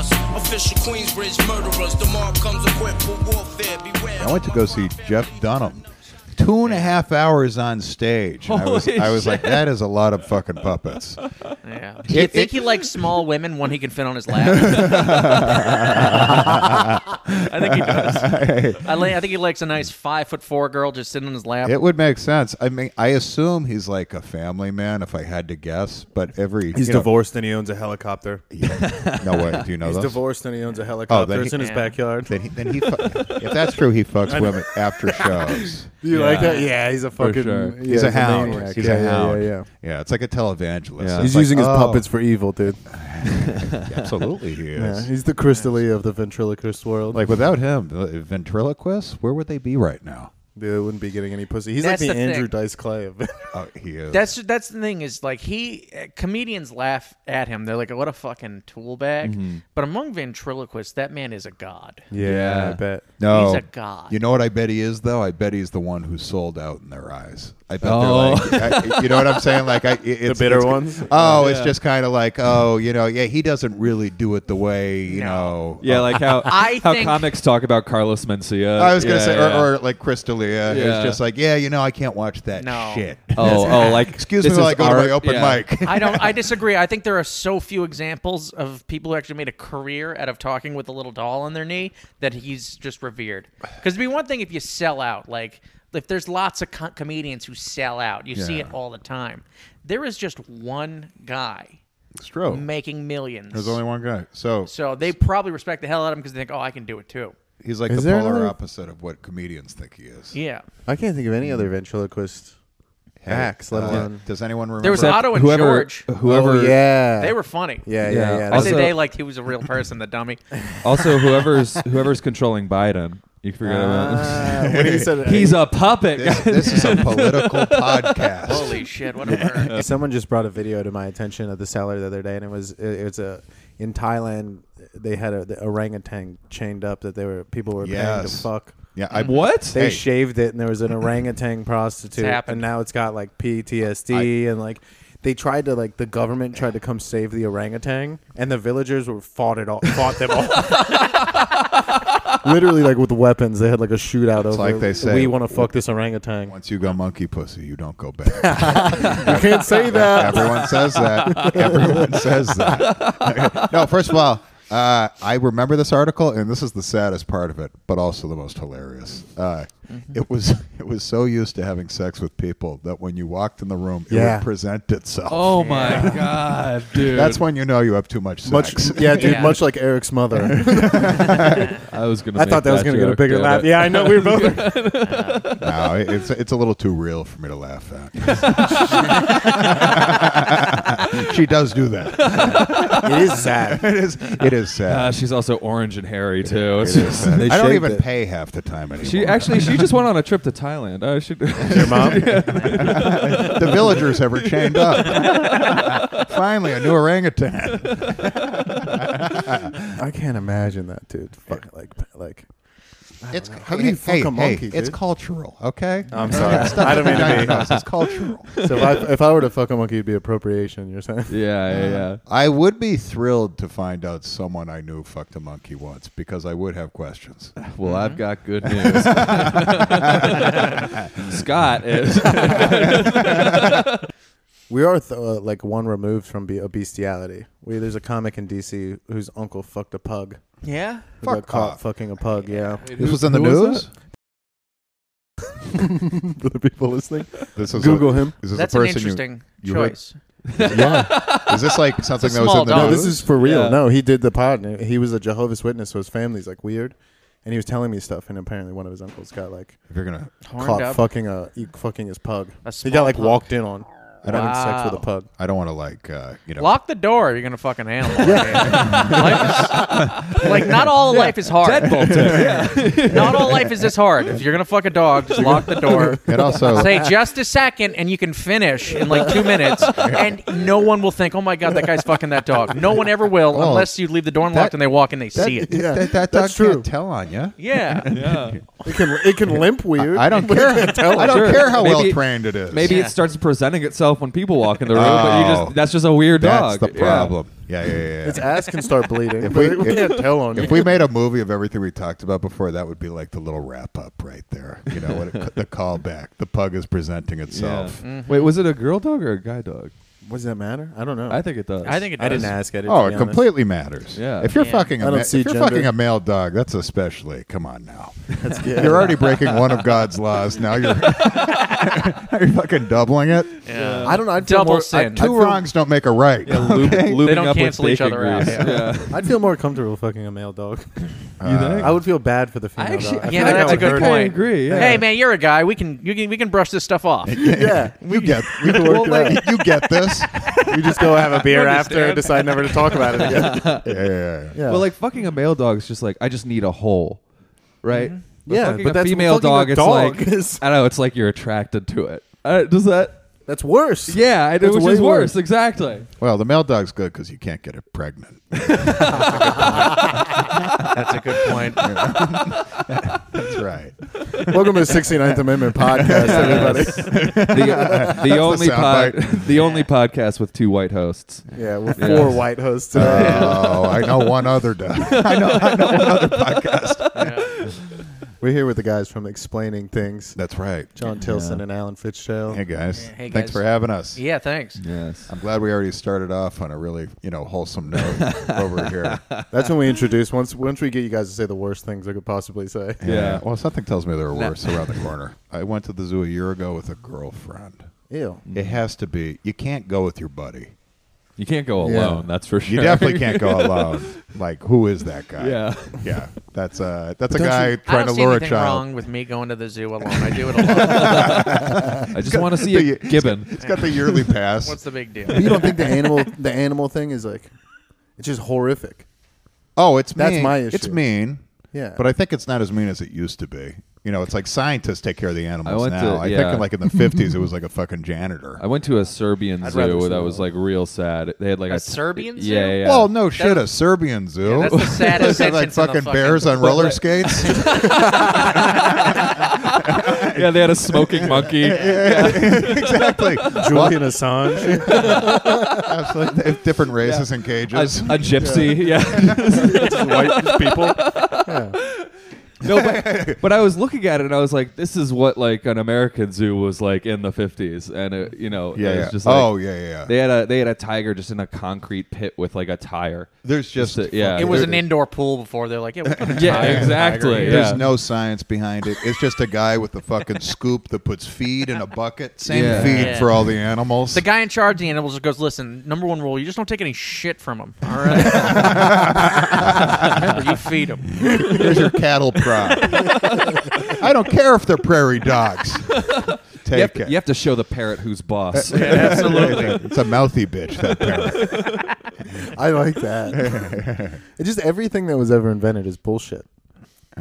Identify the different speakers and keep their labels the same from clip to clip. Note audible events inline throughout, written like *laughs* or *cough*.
Speaker 1: official Queensbridge murderers. Tomorrow comes equipped for warfare. Beware.
Speaker 2: I went to go see Jeff Dunham. Two and a half hours on stage. And I was,
Speaker 3: Holy
Speaker 2: I was like, that is a lot of fucking puppets.
Speaker 4: Yeah. Do you
Speaker 2: It-
Speaker 4: think
Speaker 2: it-
Speaker 4: he likes small women, one he can fit on his
Speaker 2: *laughs*
Speaker 4: lap? I think he does. I, li- I think he likes a nice five foot four girl just sitting on his lap.
Speaker 2: It would make sense. I mean, I assume he's like a family man, if I had to guess. But every
Speaker 5: He's
Speaker 2: you know-
Speaker 5: divorced and he owns a helicopter.
Speaker 2: no way. Do you know
Speaker 5: *laughs* He's
Speaker 2: those?
Speaker 5: divorced and he owns a helicopter.
Speaker 2: then
Speaker 5: it's
Speaker 2: he-
Speaker 5: in his
Speaker 4: Yeah.
Speaker 5: backyard.
Speaker 2: Then he, then he fu- if that's true, he fucks women
Speaker 5: *laughs*
Speaker 2: after shows.
Speaker 5: Do you like that? Yeah, he's a fucking. yeah,
Speaker 2: he's a hound.
Speaker 5: maniac.
Speaker 2: He's
Speaker 5: yeah,
Speaker 2: a
Speaker 5: yeah,
Speaker 2: hound.
Speaker 5: Yeah, yeah.
Speaker 2: Yeah, it's like a televangelist.
Speaker 3: Yeah.
Speaker 2: It's
Speaker 5: He's
Speaker 2: like,
Speaker 5: using his
Speaker 2: oh,
Speaker 5: puppets for evil, dude.
Speaker 2: Absolutely, he
Speaker 5: *laughs* Yeah,
Speaker 2: is.
Speaker 5: he's the Crystal Lee of the ventriloquist world.
Speaker 2: like without him, the ventriloquists, where would they be right now?
Speaker 5: Dude, they wouldn't be getting any pussy. He's
Speaker 4: That's
Speaker 5: like the,
Speaker 4: the
Speaker 5: Andrew
Speaker 4: thing.
Speaker 5: Dice Clay of. *laughs*
Speaker 2: Oh, he is.
Speaker 4: That's that's the thing is like he uh, comedians laugh at him. They're like, "What a fucking tool bag."
Speaker 2: Mm-hmm.
Speaker 4: But among ventriloquists, that man is a god.
Speaker 5: yeah, I bet.
Speaker 2: no.
Speaker 4: he's a god.
Speaker 2: You know what I bet he is though? I bet he's the one who sold out in their eyes. I bet
Speaker 3: Oh.
Speaker 2: they're like, I, you know what I'm saying? Like *laughs* I, it- it's,
Speaker 5: bitter
Speaker 2: it's-
Speaker 5: ones?
Speaker 2: Oh, it's just kind of like, oh, you know, yeah, he doesn't really do it the way you
Speaker 4: No.
Speaker 2: know. Oh.
Speaker 3: Yeah, like how
Speaker 4: *laughs* I
Speaker 3: how
Speaker 4: think-
Speaker 3: comics talk about Carlos Mencia.
Speaker 2: I was gonna
Speaker 3: Yeah,
Speaker 2: say,
Speaker 3: yeah.
Speaker 2: Or, or like Crystalia
Speaker 3: Yeah.
Speaker 2: is just like, yeah, you know, I can't watch that
Speaker 4: No.
Speaker 2: *laughs* shit.
Speaker 3: oh, oh, like
Speaker 2: Excuse
Speaker 3: this
Speaker 2: me, while
Speaker 3: is
Speaker 2: I go to
Speaker 3: art.
Speaker 2: my open
Speaker 4: *laughs*
Speaker 3: Yeah.
Speaker 2: mic.
Speaker 4: I don't. I disagree. I think there are so few examples of people who actually made a career out of talking with a little doll on their knee that he's just revered. Because it'd be one thing if you sell out, like if there's lots of co- comedians who sell out, you see it all the time. There is just one guy
Speaker 2: It's true.
Speaker 4: making millions.
Speaker 2: There's only one guy. So
Speaker 4: so they probably respect the hell out of him because they think, "Oh, I can do it too."
Speaker 2: he's like
Speaker 5: Is
Speaker 2: the
Speaker 5: there
Speaker 2: polar
Speaker 5: another-
Speaker 2: opposite of what comedians think he is.
Speaker 4: Yeah.
Speaker 5: I can't think of any other ventriloquist
Speaker 2: Hey,
Speaker 5: acts, let
Speaker 2: uh,
Speaker 5: alone.
Speaker 2: Does anyone remember?
Speaker 4: There was Otto and
Speaker 3: whoever,
Speaker 4: George.
Speaker 3: whoever,
Speaker 5: Oh, yeah.
Speaker 4: They were funny.
Speaker 5: Yeah,
Speaker 3: Yeah.
Speaker 5: yeah, yeah.
Speaker 4: I
Speaker 3: Also-
Speaker 4: say they like he was a real person, the dummy.
Speaker 3: also whoever's whoever's controlling Biden. You forget about.
Speaker 5: Ah, *laughs* when he said,
Speaker 3: *laughs* He's a puppet.
Speaker 2: this,
Speaker 3: guys. *laughs*
Speaker 2: this
Speaker 4: *laughs*
Speaker 2: is a political *laughs* podcast.
Speaker 4: Holy shit! What a bird.
Speaker 5: *laughs* Someone just brought a video to my attention of the seller the other day, and it was it, it was a in Thailand they had a the orangutan chained up that they were people were paying to
Speaker 2: Yes.
Speaker 5: fuck. Mm-hmm.
Speaker 2: Yeah, I,
Speaker 3: What?
Speaker 5: They
Speaker 2: Hey.
Speaker 5: shaved it, and there
Speaker 2: *laughs*
Speaker 5: was an orangutan prostitute,
Speaker 4: happened.
Speaker 5: and now it's got like PTSD, and like they tried to like the government tried to come save the orangutan, and the villagers were fought it all, fought
Speaker 2: *laughs*
Speaker 5: them all. Literally, like with weapons, they had like a shootout over.
Speaker 2: like they say,
Speaker 5: we want to fuck this orangutan.
Speaker 2: Once you go monkey pussy, you don't go
Speaker 5: *laughs*
Speaker 2: back. *laughs*
Speaker 5: You can't say that.
Speaker 2: Everyone says
Speaker 5: *laughs*
Speaker 2: that. Everyone says that. *laughs* no, first of all, uh, I remember this article, and this is the saddest part of it, but also the most hilarious. Uh,
Speaker 5: Mm-hmm.
Speaker 2: It was *laughs* it was so used to having sex with people that when you walked in the room, it
Speaker 5: Yeah.
Speaker 2: would present itself.
Speaker 3: oh my
Speaker 2: *laughs*
Speaker 3: god, dude!
Speaker 2: That's when you know you have too much
Speaker 5: Much,
Speaker 2: sex. *laughs*
Speaker 5: yeah, *laughs* dude.
Speaker 4: Yeah.
Speaker 5: Much like Eric's *laughs* mother.
Speaker 3: I was gonna.
Speaker 5: I
Speaker 3: make
Speaker 5: thought that was gonna get a
Speaker 3: joke,
Speaker 5: bigger
Speaker 3: damn
Speaker 5: laugh.
Speaker 3: it.
Speaker 5: Yeah, I know. We
Speaker 2: *laughs*
Speaker 5: were both.
Speaker 2: no, it- it's it's a little too real for me to laugh *laughs* at. she does do that.
Speaker 5: it is sad.
Speaker 2: *laughs* It is it is
Speaker 3: Uh,
Speaker 2: sad.
Speaker 3: she's also orange and hairy too. It's
Speaker 2: It is
Speaker 3: just-
Speaker 2: sad.
Speaker 5: they
Speaker 2: I don't
Speaker 5: shaved
Speaker 2: even
Speaker 5: it.
Speaker 2: pay half the time anymore.
Speaker 3: she actually she just
Speaker 2: *laughs*
Speaker 3: went on a trip to Thailand. I should.
Speaker 5: Your
Speaker 3: *laughs*
Speaker 5: mom.
Speaker 2: the villagers have her chained up. *laughs* Finally, a new orangutan.
Speaker 5: I can't imagine that, dude. Fuck, like, like.
Speaker 2: It's
Speaker 5: How can you fuck a monkey,
Speaker 2: It's
Speaker 5: dude?
Speaker 2: cultural, okay?
Speaker 5: I'm sorry. I don't mean to be-
Speaker 2: It's cultural.
Speaker 5: So if I, if I were to fuck a monkey, it'd be appropriation. You're saying?
Speaker 3: Yeah, yeah, yeah.
Speaker 2: I would be thrilled to find out someone I knew fucked a monkey once because I would have questions.
Speaker 3: Well, I've got good news. Scott is.
Speaker 5: *laughs* We are th- uh, like one removed from be- a bestiality. We there's a comic in DC whose uncle fucked a pug.
Speaker 4: *laughs* Yeah.
Speaker 5: Who
Speaker 2: Fuck
Speaker 5: got caught
Speaker 2: off.
Speaker 5: fucking a
Speaker 2: *laughs*
Speaker 5: pug. *laughs* Yeah.
Speaker 2: This was in the
Speaker 3: who was
Speaker 2: news?
Speaker 5: For the people listening,
Speaker 2: This is
Speaker 5: Google him.
Speaker 2: Is this
Speaker 4: That's
Speaker 2: a
Speaker 4: an
Speaker 2: person
Speaker 4: interesting
Speaker 2: you heard-
Speaker 4: choice.
Speaker 2: yeah. Is this like something
Speaker 4: It's a
Speaker 2: that was
Speaker 4: small
Speaker 2: in the
Speaker 4: dog.
Speaker 5: No,
Speaker 2: news?
Speaker 5: this is for real.
Speaker 3: Yeah.
Speaker 5: No, he did the pod. And he was a Jehovah's Witness, so his family's like weird. And he was telling me stuff, and apparently one of his uncles got like
Speaker 2: If you're gonna,
Speaker 4: Horned
Speaker 5: caught
Speaker 4: up.
Speaker 5: fucking a he- fucking his pug.
Speaker 4: A
Speaker 5: he
Speaker 4: small
Speaker 5: got like
Speaker 4: pug.
Speaker 5: walked in on having
Speaker 4: Wow.
Speaker 5: sex with a pug.
Speaker 2: I don't want to like, uh, you know,
Speaker 4: Lock the door. You're gonna fucking animal. Life is- like not all life is hard. Not all life is this hard. If you're gonna fuck a dog, just lock the
Speaker 2: *laughs*
Speaker 4: door.
Speaker 2: and also
Speaker 4: *laughs* Say just a second, and you can finish in like two minutes, and no one will think, "Oh my god, that guy's fucking that dog." No one ever will,
Speaker 2: Oh.
Speaker 4: unless you leave the door unlocked
Speaker 2: That-
Speaker 4: and they walk and they
Speaker 2: that,
Speaker 4: see it.
Speaker 2: that, that dog
Speaker 5: that's true.
Speaker 2: can't tell on you.
Speaker 4: Yeah,
Speaker 3: Yeah.
Speaker 5: It can it can limp weird. *laughs*
Speaker 2: I don't care. I don't
Speaker 3: Sure.
Speaker 2: care how well
Speaker 3: Maybe-
Speaker 2: trained it is.
Speaker 3: Maybe
Speaker 4: Yeah.
Speaker 3: it starts presenting itself yourself when people walk in the room, but you
Speaker 2: Oh.
Speaker 3: just that's just a weird
Speaker 2: That's
Speaker 3: dog.
Speaker 2: the
Speaker 3: Yeah.
Speaker 2: problem. Yeah, yeah, yeah. yeah.
Speaker 5: Its ass can start bleeding.
Speaker 2: If
Speaker 5: but
Speaker 2: we-
Speaker 5: it
Speaker 2: if-
Speaker 5: can't tell on
Speaker 2: if
Speaker 5: you.
Speaker 2: we made a movie of everything we talked about before, that would be like the little wrap up right there. You know, what it, the callback. The pug is presenting
Speaker 3: Yeah.
Speaker 2: itself.
Speaker 5: Mm-hmm.
Speaker 3: Wait, was it a girl dog or a guy dog?
Speaker 5: what does that matter? I don't know.
Speaker 3: I think it does.
Speaker 4: I think it does.
Speaker 5: I didn't ask. I didn't.
Speaker 2: Oh,
Speaker 5: to be
Speaker 2: it
Speaker 5: honest.
Speaker 2: completely matters.
Speaker 3: Yeah.
Speaker 2: If you're
Speaker 4: Yeah.
Speaker 2: fucking
Speaker 5: I
Speaker 2: a
Speaker 5: don't
Speaker 2: ma- if
Speaker 5: see
Speaker 2: you're
Speaker 5: gender.
Speaker 2: fucking a male dog, that's especially. Come on now.
Speaker 5: *laughs* That's good.
Speaker 2: You're already breaking one of God's laws. Now you're *laughs* you're fucking doubling it.
Speaker 4: Yeah.
Speaker 5: I don't know. I'd feel
Speaker 4: Double
Speaker 5: more,
Speaker 4: sin.
Speaker 5: I'd, I'd
Speaker 2: Two
Speaker 5: feel,
Speaker 2: wrongs don't make a right. *laughs*
Speaker 5: *laughs*
Speaker 3: Yeah, lube, lubing
Speaker 4: They don't
Speaker 3: up with
Speaker 4: cancel each
Speaker 3: bacon
Speaker 4: other out,
Speaker 3: grease.
Speaker 4: yeah.
Speaker 5: I'd feel more comfortable fucking a male dog.
Speaker 3: you think?
Speaker 5: Uh, I would feel bad for the female.
Speaker 3: I actually-
Speaker 5: dog. I feel
Speaker 4: yeah,
Speaker 5: like I
Speaker 4: that's a
Speaker 5: would
Speaker 4: good
Speaker 5: hurt
Speaker 4: point.
Speaker 5: it.
Speaker 3: I agree, yeah.
Speaker 4: Hey, man, you're a guy. We can you can we can brush this stuff off.
Speaker 5: Yeah.
Speaker 2: You get we can work
Speaker 3: Well,
Speaker 2: it out. You get
Speaker 5: *laughs*
Speaker 2: this. Yeah,
Speaker 5: You just go have a beer after
Speaker 4: Understand.
Speaker 5: and decide never to talk about it again.
Speaker 2: yeah, yeah, yeah.
Speaker 5: Yeah.
Speaker 3: Well, like fucking a male dog is just like I just need a hole, right?
Speaker 5: Yeah,
Speaker 3: fucking
Speaker 5: but
Speaker 3: a
Speaker 5: that's-
Speaker 3: female
Speaker 5: fucking a
Speaker 3: dog.
Speaker 5: dog *laughs*
Speaker 3: It's like
Speaker 5: is-
Speaker 3: I don't know. It's like you're attracted to it. Uh, does that?
Speaker 5: That's worse.
Speaker 3: Yeah, I know,
Speaker 5: That's
Speaker 3: which
Speaker 5: way
Speaker 3: is worse.
Speaker 5: worse.
Speaker 3: Exactly.
Speaker 2: Well, the male dog's good because you can't get it pregnant.
Speaker 5: *laughs*
Speaker 4: That's a good
Speaker 2: *laughs*
Speaker 4: point.
Speaker 2: That's right.
Speaker 5: Welcome to the 69th Amendment podcast, everybody.
Speaker 3: The, uh,
Speaker 2: *laughs*
Speaker 3: the only pod,
Speaker 2: soundbite.
Speaker 3: *laughs* the only podcast with two white hosts.
Speaker 5: Yeah, we're
Speaker 3: Yeah.
Speaker 5: four white hosts today.
Speaker 2: Oh, I know one other dog. I know. I know one other podcast.
Speaker 5: we're here with the guys from Explaining Things
Speaker 2: That's right.
Speaker 5: John Tilson and Alan Fitzgerald.
Speaker 2: Hey guys.
Speaker 4: Yeah, hey,
Speaker 2: Thanks
Speaker 4: guys.
Speaker 2: for having us.
Speaker 4: Yeah, thanks.
Speaker 3: Yes.
Speaker 2: I'm glad we already started off on a really, you know, wholesome note over here.
Speaker 5: That's when we introduce. Once once we get you guys to say the worst things I could possibly say.
Speaker 3: Yeah.
Speaker 2: Well, something tells me there are worse around the corner. I went to the zoo a year ago with a girlfriend.
Speaker 5: Ew.
Speaker 2: It has to be. You can't go with your buddy.
Speaker 3: You can't go
Speaker 5: Yeah.
Speaker 3: alone. That's for sure.
Speaker 2: You
Speaker 3: *laughs*
Speaker 2: definitely can't go alone. Like, who is that guy?
Speaker 3: Yeah.
Speaker 2: Yeah. That's uh that's a
Speaker 5: don't
Speaker 2: guy
Speaker 5: you-
Speaker 2: trying
Speaker 4: I don't
Speaker 2: to
Speaker 4: see
Speaker 2: lure a
Speaker 4: anything
Speaker 2: child.
Speaker 4: wrong with me going to the zoo alone. I do it
Speaker 5: *laughs*
Speaker 4: alone.
Speaker 3: I just
Speaker 2: *laughs*
Speaker 3: want to see a
Speaker 2: the-
Speaker 3: gibbon.
Speaker 2: He's got the yearly pass.
Speaker 4: What's the big deal?
Speaker 5: You don't think the animal the animal thing is like it's just horrific.
Speaker 2: Oh, it's
Speaker 5: That's
Speaker 2: mean.
Speaker 5: my
Speaker 2: It's
Speaker 5: issue.
Speaker 2: mean.
Speaker 5: Yeah.
Speaker 2: But I think it's not as mean as it used to be. You know, it's like scientists take care of the
Speaker 3: I
Speaker 2: animals
Speaker 3: went
Speaker 2: now.
Speaker 3: to-
Speaker 2: I
Speaker 3: yeah.
Speaker 2: think like in the fifties it was like a fucking janitor.
Speaker 3: I went to a Serbian
Speaker 5: I'd rather
Speaker 3: zoo
Speaker 5: see
Speaker 3: that
Speaker 5: that
Speaker 3: was
Speaker 5: one.
Speaker 3: like real sad. They had like
Speaker 4: A
Speaker 3: a
Speaker 4: Serbian zoo?
Speaker 3: Yeah, yeah, yeah.
Speaker 2: Well, no shit, a Serbian zoo.
Speaker 4: that's
Speaker 2: *laughs*
Speaker 4: the saddest
Speaker 2: They have, like
Speaker 4: sentence
Speaker 2: fucking
Speaker 4: in the fucking
Speaker 2: bears on
Speaker 4: book.
Speaker 2: roller skates.
Speaker 4: *laughs*
Speaker 3: yeah, they had a
Speaker 2: *laughs*
Speaker 3: smoking monkey.
Speaker 2: exactly.
Speaker 5: Julian *laughs* Assange.
Speaker 2: Absolutely. They have different races and
Speaker 3: A,
Speaker 2: cages.
Speaker 3: a gypsy, yeah.
Speaker 2: *laughs*
Speaker 5: white people.
Speaker 3: no, but, but I was looking at it and I was like, this is what like an American zoo was like in the fifties, and it, you know,
Speaker 2: yeah,
Speaker 3: it was
Speaker 2: yeah.
Speaker 3: just like,
Speaker 2: oh yeah, yeah.
Speaker 3: They had a they had a tiger just in a concrete pit with like a tire.
Speaker 2: There's just
Speaker 3: Just a- yeah.
Speaker 4: It was
Speaker 2: there-
Speaker 4: an indoor pool before. They're like, yeah, we'll put
Speaker 5: *laughs*
Speaker 4: a
Speaker 3: Yeah,
Speaker 4: tiger in the
Speaker 3: exactly.
Speaker 4: tiger.
Speaker 2: There's
Speaker 3: yeah.
Speaker 2: no science behind it. It's just a guy with a fucking scoop that puts feed in a bucket. Same
Speaker 3: Yeah.
Speaker 2: feed
Speaker 4: Yeah.
Speaker 2: for all the animals.
Speaker 4: The guy in charge of the animals just goes, listen, number one rule, you just don't take any shit from them. All right.
Speaker 5: *laughs*
Speaker 4: Remember, you feed them.
Speaker 2: Here's your cattle prod. I don't care if they're prairie dogs. *laughs* Take
Speaker 3: You have, to,
Speaker 2: it.
Speaker 3: you have to show the parrot who's boss. *laughs*
Speaker 4: absolutely.
Speaker 2: It's a mouthy bitch, that parrot.
Speaker 5: *laughs* I like that. It's just everything that was ever invented is bullshit.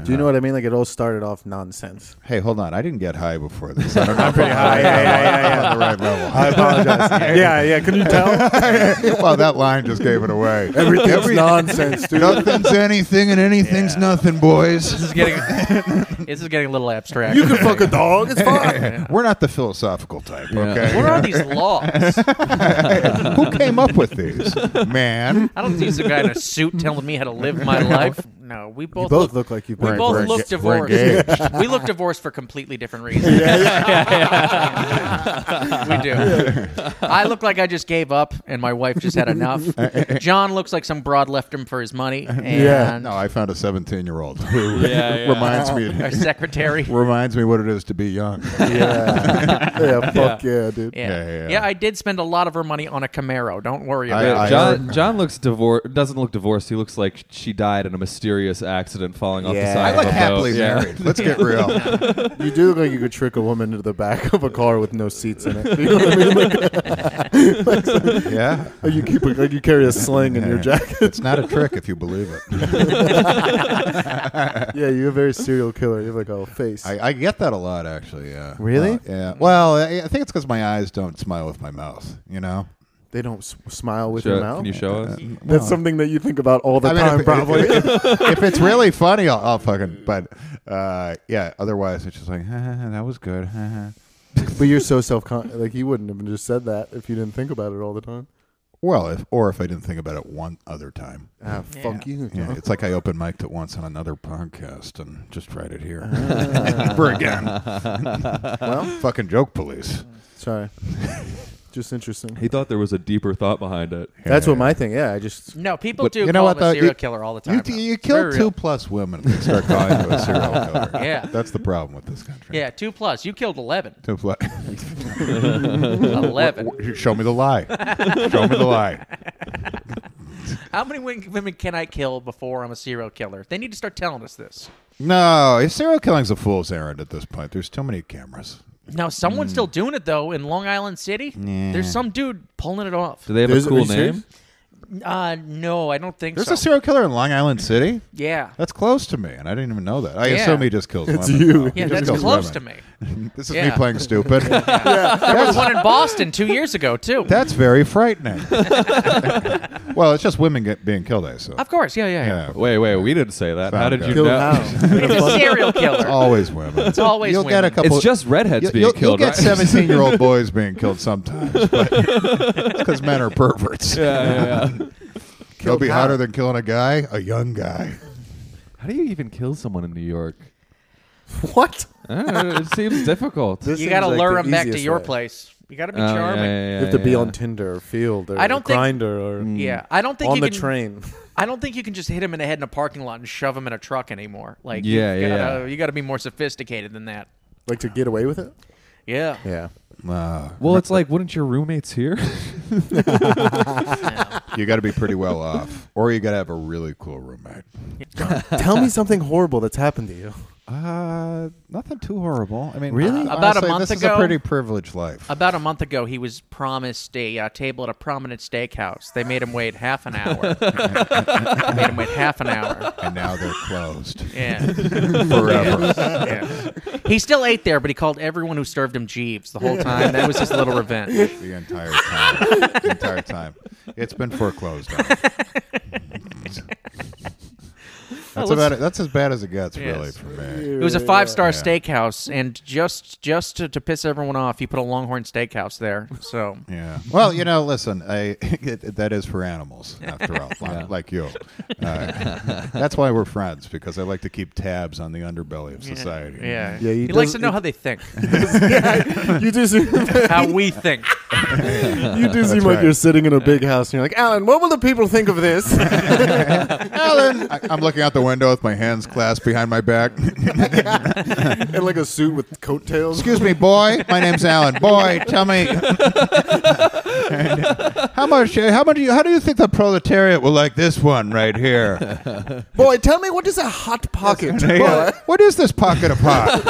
Speaker 5: Do you know what I mean? Like it all started off nonsense.
Speaker 2: Hey, hold on. I didn't get high before this. I don't know. I'm
Speaker 5: pretty high. Yeah, yeah, yeah, yeah,
Speaker 2: on the right level.
Speaker 5: I apologize. yeah, yeah. Can you tell?
Speaker 2: *laughs* well, that line just gave it away.
Speaker 5: *laughs* Everything's nonsense, dude.
Speaker 2: Nothing's anything and anything's nothing,
Speaker 4: This is
Speaker 2: boys.
Speaker 4: getting, *laughs* this is getting a little abstract.
Speaker 5: You can fuck a dog. It's fine.
Speaker 2: *laughs* We're not the philosophical type,
Speaker 3: Yeah.
Speaker 2: okay?
Speaker 4: what
Speaker 2: *laughs*
Speaker 4: are these laws?
Speaker 2: Who came up with these? Man.
Speaker 4: I don't think it's a guy in a suit telling me how to live my life. No, we both,
Speaker 5: You both look like you've
Speaker 4: we
Speaker 5: been.
Speaker 4: both
Speaker 2: we're
Speaker 4: look
Speaker 2: enga- we're
Speaker 4: divorced. *laughs* we look divorced for completely
Speaker 2: *laughs*
Speaker 4: different reasons. *laughs* we do. I look like I just gave up, and my wife just
Speaker 2: *laughs*
Speaker 4: had enough. John looks like some broad left him for his money, and
Speaker 5: Yeah.
Speaker 2: No, I found a 17 year old who *laughs*
Speaker 3: Yeah, yeah.
Speaker 2: reminds
Speaker 4: our
Speaker 2: me *laughs*
Speaker 4: secretary.
Speaker 2: reminds me what it is to be young.
Speaker 5: *laughs* yeah. yeah. Fuck yeah, dude.
Speaker 4: Yeah.
Speaker 2: Yeah,
Speaker 4: Yeah,
Speaker 2: yeah, yeah.
Speaker 4: I did spend a lot of her money on a Camaro. Don't worry
Speaker 2: I-
Speaker 4: about it.
Speaker 3: Yeah,
Speaker 2: I-
Speaker 3: John John looks divorced. Doesn't look divorced. He looks like she died in a mysterious accident, falling off the
Speaker 5: Yeah.
Speaker 3: side.
Speaker 2: I
Speaker 3: of
Speaker 2: like
Speaker 3: a boat.
Speaker 2: happily
Speaker 3: Yeah.
Speaker 2: married. Let's get real.
Speaker 5: You do look like you could trick a woman into the back of a car with no seats in it. You know what I mean?
Speaker 4: *laughs*
Speaker 2: Yeah.
Speaker 5: Like you keep, a, like you carry a sling in your jacket.
Speaker 2: It's not a trick if you believe
Speaker 5: *laughs*
Speaker 2: it.
Speaker 5: yeah, you're a very serial killer. You have like a face.
Speaker 2: I, I get that a lot, actually. Yeah.
Speaker 5: Really?
Speaker 2: Uh, yeah. Well, I, I think it's because my eyes don't smile with my mouth. You know. Uh,
Speaker 5: they don't s- smile with
Speaker 3: Show-
Speaker 5: your mouth.
Speaker 3: can you show us?
Speaker 5: That's something that you think about all the
Speaker 2: I mean,
Speaker 5: time,
Speaker 2: if,
Speaker 5: probably.
Speaker 2: If, if it's really
Speaker 5: *laughs*
Speaker 2: funny, I'll, *laughs*
Speaker 5: *laughs*
Speaker 2: I'll fucking. But uh, yeah. Otherwise, it's just like "Huh, huh, huh, that was good. huh, huh."
Speaker 5: But you're so self conscious. Like you wouldn't have just said that if you didn't think about it all the time.
Speaker 2: Well, if or if I didn't think about it one other time.
Speaker 5: Ah, fuck you.
Speaker 4: Uh-huh.
Speaker 2: Yeah, it's like I open mic'd it once on another podcast and just tried it here.
Speaker 4: Ah.
Speaker 2: *laughs* Never
Speaker 4: *laughs*
Speaker 2: again. well, fucking joke police.
Speaker 5: *laughs* Sorry. just interesting.
Speaker 3: He thought there was a deeper thought behind it.
Speaker 5: That's what my thing. Yeah, I just
Speaker 4: No, people
Speaker 2: But
Speaker 4: do
Speaker 2: you
Speaker 4: call
Speaker 2: know what,
Speaker 4: him
Speaker 2: though?
Speaker 4: a serial
Speaker 2: You-
Speaker 4: killer all the time.
Speaker 2: You,
Speaker 4: though.
Speaker 2: you
Speaker 4: It's
Speaker 2: killed
Speaker 4: very
Speaker 2: two
Speaker 4: real.
Speaker 2: plus women. If they start calling you a
Speaker 4: *laughs*
Speaker 2: serial killer.
Speaker 4: Yeah.
Speaker 2: that's the problem with this country.
Speaker 4: Yeah, two plus. You
Speaker 2: *laughs*
Speaker 4: killed eleven.
Speaker 2: Two plus.
Speaker 4: Eleven.
Speaker 2: Show me the lie. Show me the lie.
Speaker 4: How many wing- women can I kill before I'm a serial killer? They need to start telling us this.
Speaker 2: No, if serial killing's a fool's errand at this point. There's too many cameras.
Speaker 4: No, someone's still doing it though in Long Island City. There's some dude pulling it off.
Speaker 3: Do they have
Speaker 5: There's-
Speaker 3: a
Speaker 5: are
Speaker 3: cool
Speaker 5: you serious?
Speaker 3: name?
Speaker 4: Uh, no, I don't think
Speaker 2: There's
Speaker 4: so.
Speaker 2: a serial killer in Long Island City.
Speaker 4: yeah,
Speaker 2: That's close to me, and I didn't even know that. I
Speaker 4: Yeah.
Speaker 2: assume he just kills
Speaker 5: It's
Speaker 2: women.
Speaker 5: you.
Speaker 2: though. He
Speaker 4: yeah,
Speaker 2: just
Speaker 4: that's
Speaker 2: kills
Speaker 4: close to
Speaker 2: women.
Speaker 4: me.
Speaker 2: This is me
Speaker 4: *laughs* Yeah.
Speaker 2: playing stupid.
Speaker 4: There was one in Boston two years ago too.
Speaker 2: That's very frightening. *laughs* well, it's just women get, being killed, I assume.
Speaker 4: of course, yeah, yeah, yeah.
Speaker 2: Yeah.
Speaker 3: Wait, wait, we didn't say that. How
Speaker 2: Found
Speaker 3: did
Speaker 2: out.
Speaker 3: you
Speaker 5: killed
Speaker 3: know?
Speaker 5: how.
Speaker 4: It's a serial killer.
Speaker 2: Always
Speaker 4: *laughs*
Speaker 2: women. It's
Speaker 4: always
Speaker 2: you'll get a
Speaker 4: women.
Speaker 2: couple.
Speaker 3: *laughs* It's just redheads
Speaker 2: you'll,
Speaker 3: being
Speaker 2: you'll-
Speaker 3: killed.
Speaker 2: you'll
Speaker 3: right?
Speaker 2: get seventeen-year-old boys being killed sometimes, *laughs* because men are perverts.
Speaker 3: *laughs* yeah, yeah, yeah.
Speaker 2: They'll be
Speaker 5: Killed how?
Speaker 2: hotter than killing a guy, a young guy.
Speaker 3: How do you even kill someone in New York?
Speaker 5: *laughs* what?
Speaker 3: I don't know, it seems difficult.
Speaker 5: This
Speaker 4: you
Speaker 5: seems
Speaker 4: gotta
Speaker 5: like
Speaker 4: lure
Speaker 5: the
Speaker 4: him back to
Speaker 5: easiest
Speaker 4: your
Speaker 5: way.
Speaker 4: place. You gotta be
Speaker 3: Oh, yeah,
Speaker 4: charming.
Speaker 3: yeah,
Speaker 5: You
Speaker 3: yeah,
Speaker 5: have to be
Speaker 3: yeah.
Speaker 5: on Tinder or Field or
Speaker 4: I don't think-
Speaker 5: Grinder or
Speaker 4: Yeah, I don't think
Speaker 5: on
Speaker 4: you
Speaker 5: the
Speaker 4: can, *laughs*
Speaker 5: train.
Speaker 4: I don't think you can just hit him in the head in a parking lot and shove him in a truck anymore. Like,
Speaker 3: Yeah,
Speaker 4: you
Speaker 3: yeah,
Speaker 4: gotta,
Speaker 3: yeah.
Speaker 4: You got to be more sophisticated than that.
Speaker 5: like to get away with it?
Speaker 4: Yeah.
Speaker 5: Yeah.
Speaker 2: Wow.
Speaker 3: Well, it's like, wouldn't your roommates here?
Speaker 2: *laughs* you got to be pretty well off, or you got to have a really cool roommate.
Speaker 5: Tell me something horrible that's happened to you.
Speaker 2: Uh, nothing too horrible. I mean,
Speaker 5: Really?
Speaker 2: uh,
Speaker 4: About
Speaker 2: honestly,
Speaker 4: a month
Speaker 2: this is
Speaker 4: ago-
Speaker 2: a pretty privileged life.
Speaker 4: About a month ago, he was promised a uh, table at a prominent steakhouse. They made him wait half an hour. made him wait half an hour.
Speaker 2: and now they're
Speaker 4: *laughs*
Speaker 2: closed
Speaker 4: Yeah.
Speaker 2: forever.
Speaker 4: yeah. He still ate there, but he called everyone who served him Jeeves the whole time. That was his little revenge.
Speaker 2: the entire time. the entire time. It's been foreclosed. on. That's about it. That's as bad as it gets, really,
Speaker 4: Yes.
Speaker 2: for me.
Speaker 4: It was a five star
Speaker 2: Yeah.
Speaker 4: steakhouse, and just just to, to piss everyone off, he put a Longhorn Steakhouse there. So
Speaker 2: Yeah. Well, you know, listen, I, *laughs* it, that is for animals, after
Speaker 4: *laughs*
Speaker 2: all, like, like you. Uh, that's why we're friends because I like to keep tabs on the underbelly of society.
Speaker 4: Yeah.
Speaker 5: Yeah, he
Speaker 4: he likes to
Speaker 5: doesn't-
Speaker 4: know how they
Speaker 3: *laughs*
Speaker 4: think,
Speaker 5: *laughs* you do seem,
Speaker 4: how we think.
Speaker 5: you do seem like
Speaker 2: right.
Speaker 5: you're sitting in a big house and you're like, Alan, what will the people think of this?
Speaker 2: Alan, I, I'm looking out the window with my hands clasped behind my back. *laughs*
Speaker 5: in like a suit with coattails.
Speaker 2: Excuse me, boy. My name's Alan. Boy, tell
Speaker 3: *laughs*
Speaker 2: me how much? uh, How much? do you- How do you think the proletariat will like this one right
Speaker 3: *laughs*
Speaker 2: here?
Speaker 5: *laughs* Boy, tell me what is a hot pocket?
Speaker 2: Boy, what is this pocket of pot?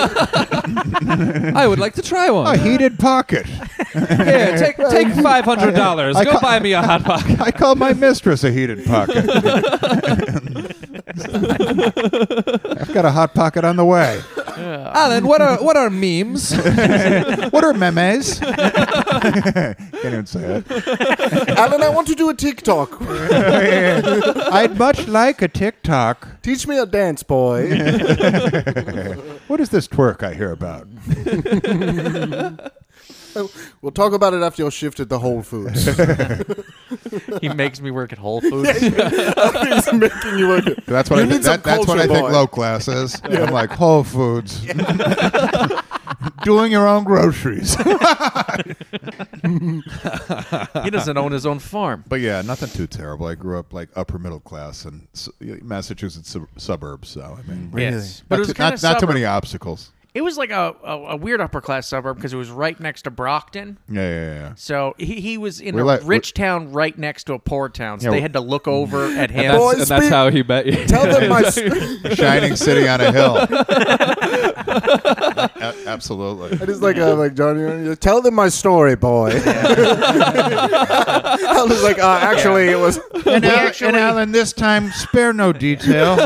Speaker 3: I would like to try
Speaker 2: A
Speaker 3: one.
Speaker 2: heated pocket.
Speaker 3: Here, take take five hundred dollars.
Speaker 2: I
Speaker 3: Go
Speaker 2: ca-
Speaker 3: buy me a hot
Speaker 2: *laughs*
Speaker 3: pocket.
Speaker 2: I call my mistress a heated
Speaker 3: *laughs*
Speaker 2: pocket. I've got a hot pocket on the way.
Speaker 3: Alan, what are what are memes?
Speaker 2: What are
Speaker 3: *laughs*
Speaker 2: memes? Can't even say it. *laughs*
Speaker 5: Alan, I want to do a TikTok.
Speaker 2: I'd much like a TikTok.
Speaker 5: Teach me a dance, boy.
Speaker 2: What is this twerk I hear about?
Speaker 5: we'll talk about it after your shift at the Whole Foods.
Speaker 4: *laughs* He makes me work at Whole
Speaker 3: *laughs*
Speaker 4: Foods.
Speaker 5: He's making you look.
Speaker 2: That's what
Speaker 5: You
Speaker 2: I think.
Speaker 5: need some
Speaker 2: That, that's what
Speaker 5: culture,
Speaker 2: I think.
Speaker 5: boy.
Speaker 2: Low class is.
Speaker 5: *laughs*
Speaker 2: I'm like Whole Foods, *laughs* doing your own
Speaker 5: *laughs*
Speaker 2: groceries.
Speaker 4: He doesn't own his own farm.
Speaker 2: but yeah, nothing too terrible. I grew up like upper middle class in su- Massachusetts sub- suburbs, so I mean,
Speaker 4: Yes, but it
Speaker 2: not,
Speaker 4: was
Speaker 2: too-
Speaker 4: kind
Speaker 2: not,
Speaker 4: of
Speaker 2: not too many obstacles.
Speaker 4: It was like a, a, a weird upper class suburb because it was right next to Brockton.
Speaker 2: Yeah, yeah, yeah.
Speaker 4: So he, he was in
Speaker 2: We're
Speaker 4: a
Speaker 2: like-
Speaker 4: rich town right next to a poor town. So
Speaker 2: Yeah,
Speaker 4: they
Speaker 2: we-
Speaker 4: had to
Speaker 2: *laughs*
Speaker 4: look over at him.
Speaker 3: That's,
Speaker 5: Boy,
Speaker 3: and that's
Speaker 5: speak-
Speaker 3: how he met you.
Speaker 5: Tell them
Speaker 3: *laughs*
Speaker 5: my.
Speaker 2: Shining city on a *laughs* hill. A- absolutely.
Speaker 5: It is like uh, like Johnny. you're like, Tell them my story, boy. I was like, uh, actually, it was.
Speaker 2: *laughs*
Speaker 4: *laughs*
Speaker 2: And,
Speaker 4: We
Speaker 2: Al- and
Speaker 4: actually-
Speaker 2: Alan, this time spare *laughs* no detail.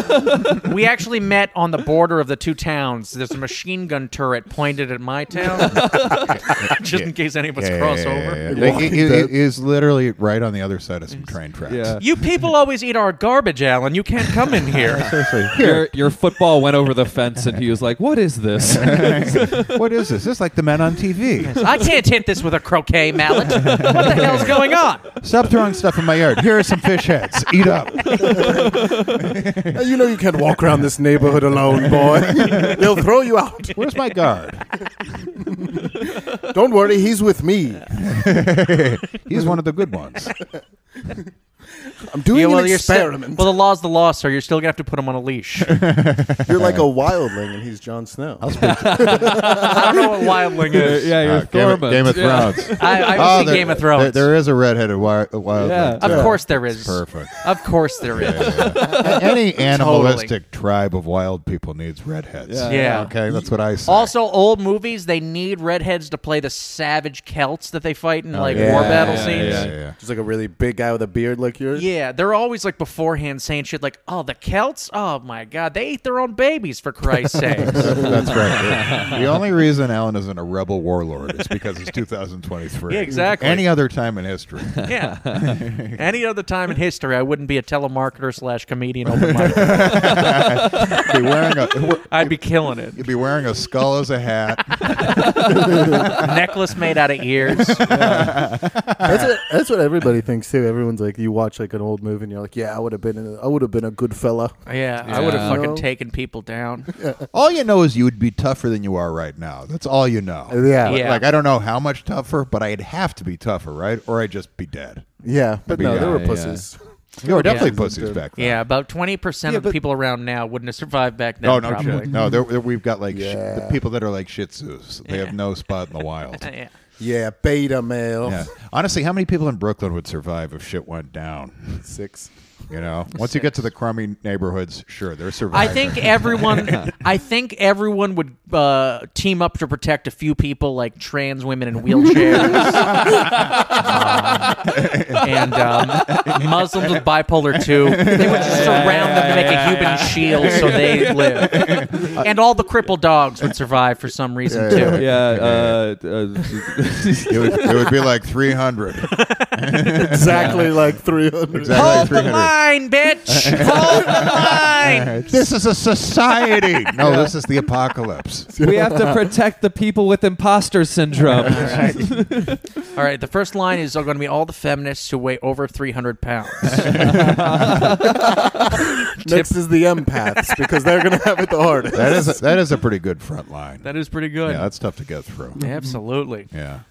Speaker 4: we actually met on the border of the two towns. There's a machine gun turret pointed at
Speaker 2: *laughs*
Speaker 4: my town, *laughs* just in case any of us cross over.
Speaker 2: Like, it- it- it is literally right on the other side of some train tracks.
Speaker 3: Yeah.
Speaker 4: You people always eat our garbage, Alan. You can't come in here.
Speaker 2: *laughs* Seriously, here, *laughs*
Speaker 3: Your, your football went over the fence, and he was like, "What is this?"
Speaker 2: what is this? This is like the men on TV.
Speaker 4: I can't hit this with a croquet mallet. What the hell's going on?
Speaker 2: Stop throwing stuff in my yard. Here are some fish heads. Eat up.
Speaker 5: uh, you know you can't walk around this neighborhood alone, boy. They'll throw you out.
Speaker 2: Where's my guard?
Speaker 5: Don't worry, he's with me.
Speaker 2: He's one of the good *laughs* ones.
Speaker 5: I'm doing
Speaker 4: Yeah,
Speaker 5: an
Speaker 4: you're still-
Speaker 5: experiment.
Speaker 4: well, the law's the law, sir. You're still gonna have to put him on a
Speaker 5: *laughs*
Speaker 4: leash.
Speaker 5: you're like a wildling, and he's Jon Snow. *laughs*
Speaker 4: I don't know what wildling
Speaker 3: yeah,
Speaker 4: is.
Speaker 3: yeah, you're
Speaker 2: Uh, Game of,
Speaker 3: Thormund.
Speaker 2: Game of
Speaker 3: Yeah.
Speaker 2: Thrones.
Speaker 4: *laughs* I, I've
Speaker 2: Oh,
Speaker 4: seen
Speaker 2: there-
Speaker 4: Game of Thrones.
Speaker 2: there- there is a redheaded wild. wild
Speaker 3: Yeah.
Speaker 4: of course there is. *laughs*
Speaker 2: Perfect.
Speaker 4: Of course there is.
Speaker 2: A- Any animalistic tribe of wild people needs redheads.
Speaker 3: Yeah.
Speaker 4: Yeah.
Speaker 2: Okay, that's what I say.
Speaker 4: Also, old movies they need redheads to play the savage Celts that they fight in like
Speaker 5: yeah.
Speaker 4: war
Speaker 5: Yeah,
Speaker 4: battle
Speaker 3: yeah,
Speaker 4: scenes.
Speaker 2: Oh, yeah,
Speaker 4: Yeah,
Speaker 2: yeah.
Speaker 5: Just like a really big guy with a beard like yours.
Speaker 4: they're always like beforehand saying shit like, "Oh, the Celts! Oh my God, they ate their own babies for Christ's sake!"
Speaker 2: *laughs* That's
Speaker 4: *laughs*
Speaker 2: right. The only reason Alan isn't a rebel warlord is because it's 2023.
Speaker 4: Yeah, exactly.
Speaker 2: Any other time in history.
Speaker 4: Yeah. Any other time in history, I wouldn't be a telemarketer slash comedian
Speaker 2: *laughs*
Speaker 4: open mic.
Speaker 2: Be wearing a,
Speaker 4: I'd be killing it.
Speaker 2: you'd be wearing a skull as a hat.
Speaker 4: Necklace made out of ears.
Speaker 5: That's, what, that's what *laughs* everybody thinks too. Everyone's like, you watch like an old movie, and you're like, yeah, I would have been, in, I would have been a good fella.
Speaker 4: Yeah, I would
Speaker 3: Yeah.
Speaker 4: have fucking
Speaker 5: No.
Speaker 4: taken people
Speaker 2: *laughs*
Speaker 4: down.
Speaker 2: All you know is you would be tougher than you are right now. That's all you know.
Speaker 5: Yeah,
Speaker 4: Uh, Yeah.
Speaker 2: Like I don't know how much tougher, but I'd have to be tougher, right? Or I'd just be dead.
Speaker 5: yeah. But no,
Speaker 2: Yeah,
Speaker 5: they were
Speaker 3: yeah.
Speaker 5: pussies.
Speaker 2: You were definitely
Speaker 5: Yeah.
Speaker 2: pussies back then.
Speaker 4: Yeah, about 20% of the people around now wouldn't have survived back then.
Speaker 2: No, no,
Speaker 4: probably.
Speaker 2: kidding. no. There, there- we've got like sh-
Speaker 5: Yeah.
Speaker 2: the people that are like Shih Tzus. They have no spot in the
Speaker 4: *laughs*
Speaker 2: wild.
Speaker 4: Yeah.
Speaker 5: Yeah, beta male.
Speaker 2: Yeah. Honestly, how many people in Brooklyn would survive if shit went down?
Speaker 5: Six.
Speaker 2: You
Speaker 4: *laughs*
Speaker 2: know, once you get to the crummy neighborhoods, sure, they're
Speaker 4: I
Speaker 2: surviving.
Speaker 4: think everyone, I think everyone would uh, team up to protect a few people like trans women in
Speaker 2: *laughs*
Speaker 4: wheelchairs, *laughs* um, and um, Muslims with bipolar two. They would just surround them to make a human shield so they
Speaker 2: *laughs*
Speaker 4: live, and all the crippled dogs would survive for some reason
Speaker 2: Yeah, yeah,
Speaker 4: too.
Speaker 3: Yeah, uh, uh,
Speaker 2: *laughs* it would, it would be like
Speaker 4: *laughs*
Speaker 2: 300.
Speaker 3: *laughs*
Speaker 5: Exactly like 300.
Speaker 4: Hold
Speaker 2: Exactly
Speaker 4: the
Speaker 5: *laughs*
Speaker 2: 300.
Speaker 4: line, bitch! Hold the line.
Speaker 2: *laughs* This is a society. No, this is the apocalypse.
Speaker 3: we have
Speaker 2: *laughs*
Speaker 3: to protect the people with imposter syndrome.
Speaker 4: All right, the first line is going to be all the feminists who weigh over 300 pounds.
Speaker 3: *laughs*
Speaker 5: Next is the empaths because they're going to have it the hardest.
Speaker 2: That
Speaker 4: *laughs*
Speaker 2: is a, that is a pretty good front line.
Speaker 4: that is pretty good.
Speaker 2: yeah, that's tough to get through.
Speaker 4: *laughs* Absolutely. *laughs*
Speaker 2: Yeah.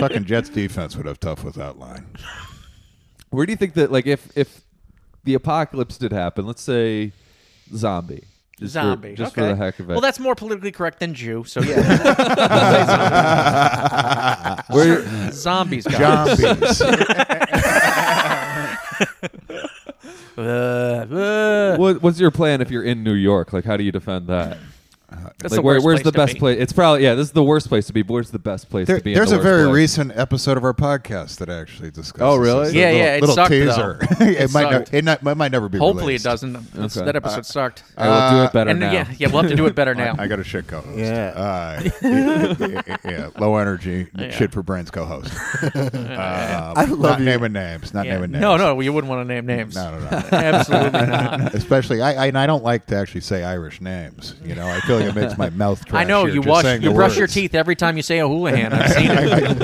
Speaker 2: Fucking Jets defense would have tough without
Speaker 4: *laughs*
Speaker 2: line.
Speaker 3: Where do you think that, like, if if the apocalypse did happen, let's say zombie, just for-
Speaker 4: Zombie.
Speaker 3: just
Speaker 4: okay.
Speaker 3: for the heck of it,
Speaker 4: Well, that's more politically correct than Jew, so
Speaker 3: *laughs*
Speaker 4: yeah. *laughs* Zombies, guys.
Speaker 2: Zombies.
Speaker 4: Uh, uh.
Speaker 3: What, what's your plan if you're in New York? Like, how do you defend that?
Speaker 4: That's the
Speaker 3: like, where,
Speaker 4: worst
Speaker 3: where's
Speaker 4: place
Speaker 3: the
Speaker 4: to
Speaker 3: best
Speaker 4: be.
Speaker 3: place? It's probably yeah. This is the worst place to be. but Where's the best place
Speaker 2: There-
Speaker 3: to be?
Speaker 2: there's
Speaker 3: and
Speaker 2: a
Speaker 3: the worst
Speaker 2: very
Speaker 3: place?
Speaker 2: recent episode of our podcast that actually discusses.
Speaker 3: Oh, really?
Speaker 2: this.
Speaker 4: Yeah,
Speaker 2: little,
Speaker 4: yeah, it
Speaker 2: little
Speaker 4: sucked,
Speaker 2: teaser. *laughs*
Speaker 4: though.
Speaker 2: it,
Speaker 4: It
Speaker 2: might not,
Speaker 4: sucked.
Speaker 2: it, not, it might never be.
Speaker 4: Hopefully
Speaker 2: released.
Speaker 4: it doesn't. That's-
Speaker 3: Okay.
Speaker 4: That episode sucked.
Speaker 3: All right, we'll do it better
Speaker 4: and
Speaker 3: now.
Speaker 4: yeah, yeah, we'll have to do it
Speaker 3: *laughs*
Speaker 4: better now.
Speaker 2: I got a shit co-host.
Speaker 5: Yeah.
Speaker 2: Uh, yeah, yeah, low energy,
Speaker 4: *laughs*
Speaker 2: shit for brains co-host. Uh,
Speaker 5: I love
Speaker 2: not
Speaker 5: you.
Speaker 2: naming names. Not
Speaker 4: Yeah.
Speaker 2: naming names.
Speaker 4: No, no, you wouldn't want to name names.
Speaker 2: no, no, no.
Speaker 4: *laughs*
Speaker 3: *laughs*
Speaker 4: Absolutely not.
Speaker 2: Especially, I, I and I don't like to actually say Irish names. You know, I feel like it makes my mouth.
Speaker 4: *laughs* I
Speaker 2: Trash
Speaker 4: know
Speaker 2: here
Speaker 4: you
Speaker 2: just
Speaker 4: wash,
Speaker 2: saying
Speaker 4: you
Speaker 2: the
Speaker 4: brush your
Speaker 2: words. *laughs*
Speaker 4: teeth every time you say
Speaker 3: *laughs*
Speaker 4: O'Houlihan. I've seen it.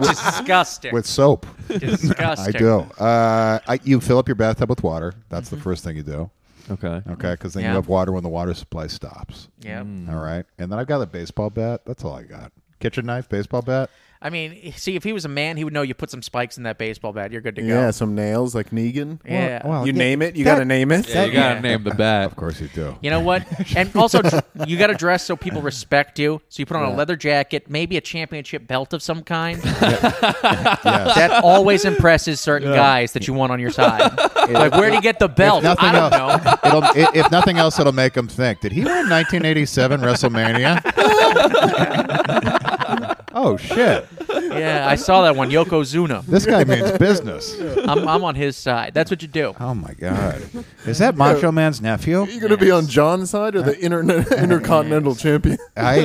Speaker 4: *laughs* Disgusting.
Speaker 2: with soap. I
Speaker 4: *laughs* Disgusting.
Speaker 2: do. Uh, I, you fill up your bathtub with water. That's the first thing you do.
Speaker 3: Okay.
Speaker 2: Okay, because then you
Speaker 4: Mm-hmm. Yeah.
Speaker 2: have water when the water supply stops.
Speaker 4: Yeah.
Speaker 2: All right, and then I've got a baseball bat. That's all I got. Kitchen knife, baseball bat.
Speaker 4: I mean, see, if he was a man, he would know you put some spikes in that baseball bat. You're good to go.
Speaker 5: Yeah, some nails like Negan.
Speaker 4: Yeah.
Speaker 2: Well,
Speaker 5: You
Speaker 2: yeah,
Speaker 5: name it, you
Speaker 2: that-
Speaker 5: got to name it.
Speaker 3: Oh, Yeah, you gotta
Speaker 4: Yeah.
Speaker 3: name *laughs* the bat.
Speaker 2: Of course you do.
Speaker 4: You know what? And
Speaker 2: *laughs*
Speaker 4: also, dr- you got to dress so people respect you. So you put on a leather jacket, maybe a championship belt of
Speaker 2: *laughs*
Speaker 4: some kind.
Speaker 2: Yes.
Speaker 4: That always impresses certain guys that you want on your side. like, where do you get the belt?
Speaker 2: nothing
Speaker 4: I don't
Speaker 2: else,
Speaker 4: know.
Speaker 2: It'll, i- if nothing else, it'll make them think. Did he win 1987 WrestleMania? oh shit!
Speaker 4: Yeah, I saw that one. Yokozuna.
Speaker 2: This guy means business.
Speaker 4: I'm, I'm on his side. That's what you do.
Speaker 2: Oh my god! Is that Macho Man's nephew?
Speaker 5: You're going to be on John's side
Speaker 3: *laughs*
Speaker 5: or the internet, intercontinental champion?
Speaker 2: I,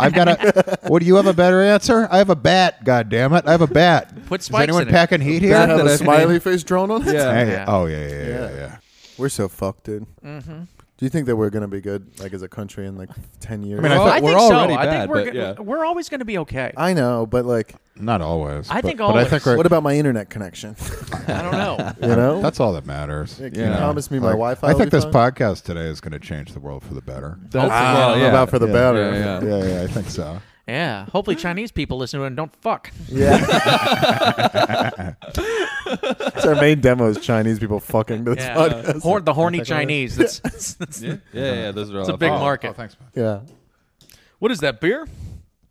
Speaker 2: I've got a. What do you have a better answer? I have a bat. God damn it! I have a bat.
Speaker 4: Put
Speaker 2: Is
Speaker 4: spikes
Speaker 2: anyone
Speaker 4: in it.
Speaker 2: packing heat here?
Speaker 3: Bat
Speaker 5: Have
Speaker 3: that
Speaker 5: a
Speaker 3: I've
Speaker 5: smiley face drawn on it?
Speaker 3: Yeah.
Speaker 2: Hey,
Speaker 4: Yeah.
Speaker 2: Oh yeah, yeah, yeah, yeah.
Speaker 5: We're so fucked, dude. Do you think that we're gonna be good, like as a country, in like ten years? I,
Speaker 3: mean, I
Speaker 4: Well,
Speaker 3: thought-
Speaker 4: I
Speaker 3: we're
Speaker 4: think so.
Speaker 3: already
Speaker 4: I
Speaker 3: bad,
Speaker 4: think we're
Speaker 3: but
Speaker 4: go-
Speaker 3: yeah.
Speaker 4: we're always going to be okay. I,
Speaker 5: know, but like,
Speaker 2: Not always.
Speaker 4: I
Speaker 2: but-
Speaker 4: think
Speaker 2: but I think
Speaker 4: always.
Speaker 2: we're,
Speaker 5: what about my internet connection?
Speaker 4: don't know.
Speaker 5: you know,
Speaker 2: that's all that matters.
Speaker 5: Yeah, can
Speaker 3: you
Speaker 5: promise me my Wi-Fi
Speaker 2: I
Speaker 5: will
Speaker 2: think
Speaker 5: be
Speaker 2: this
Speaker 5: fine?
Speaker 2: podcast today is going to change the world for the better.
Speaker 3: That's
Speaker 5: I
Speaker 3: well,
Speaker 5: don't know
Speaker 3: yeah.
Speaker 5: about for the
Speaker 2: Yeah.
Speaker 5: better.
Speaker 3: Yeah,
Speaker 2: yeah, yeah, I think so.
Speaker 4: Yeah. Hopefully, Chinese people listen to it and don't fuck.
Speaker 5: Yeah. *laughs* it's our main demo is Chinese people fucking to this
Speaker 4: Yeah.
Speaker 5: podcast.
Speaker 4: Hor- the horny Chinese. That's, that's, that's-
Speaker 3: yeah, yeah, yeah. Those are all
Speaker 4: a big
Speaker 3: Oh,
Speaker 4: market.
Speaker 2: thanks, man.
Speaker 5: Yeah.
Speaker 4: What is that beer?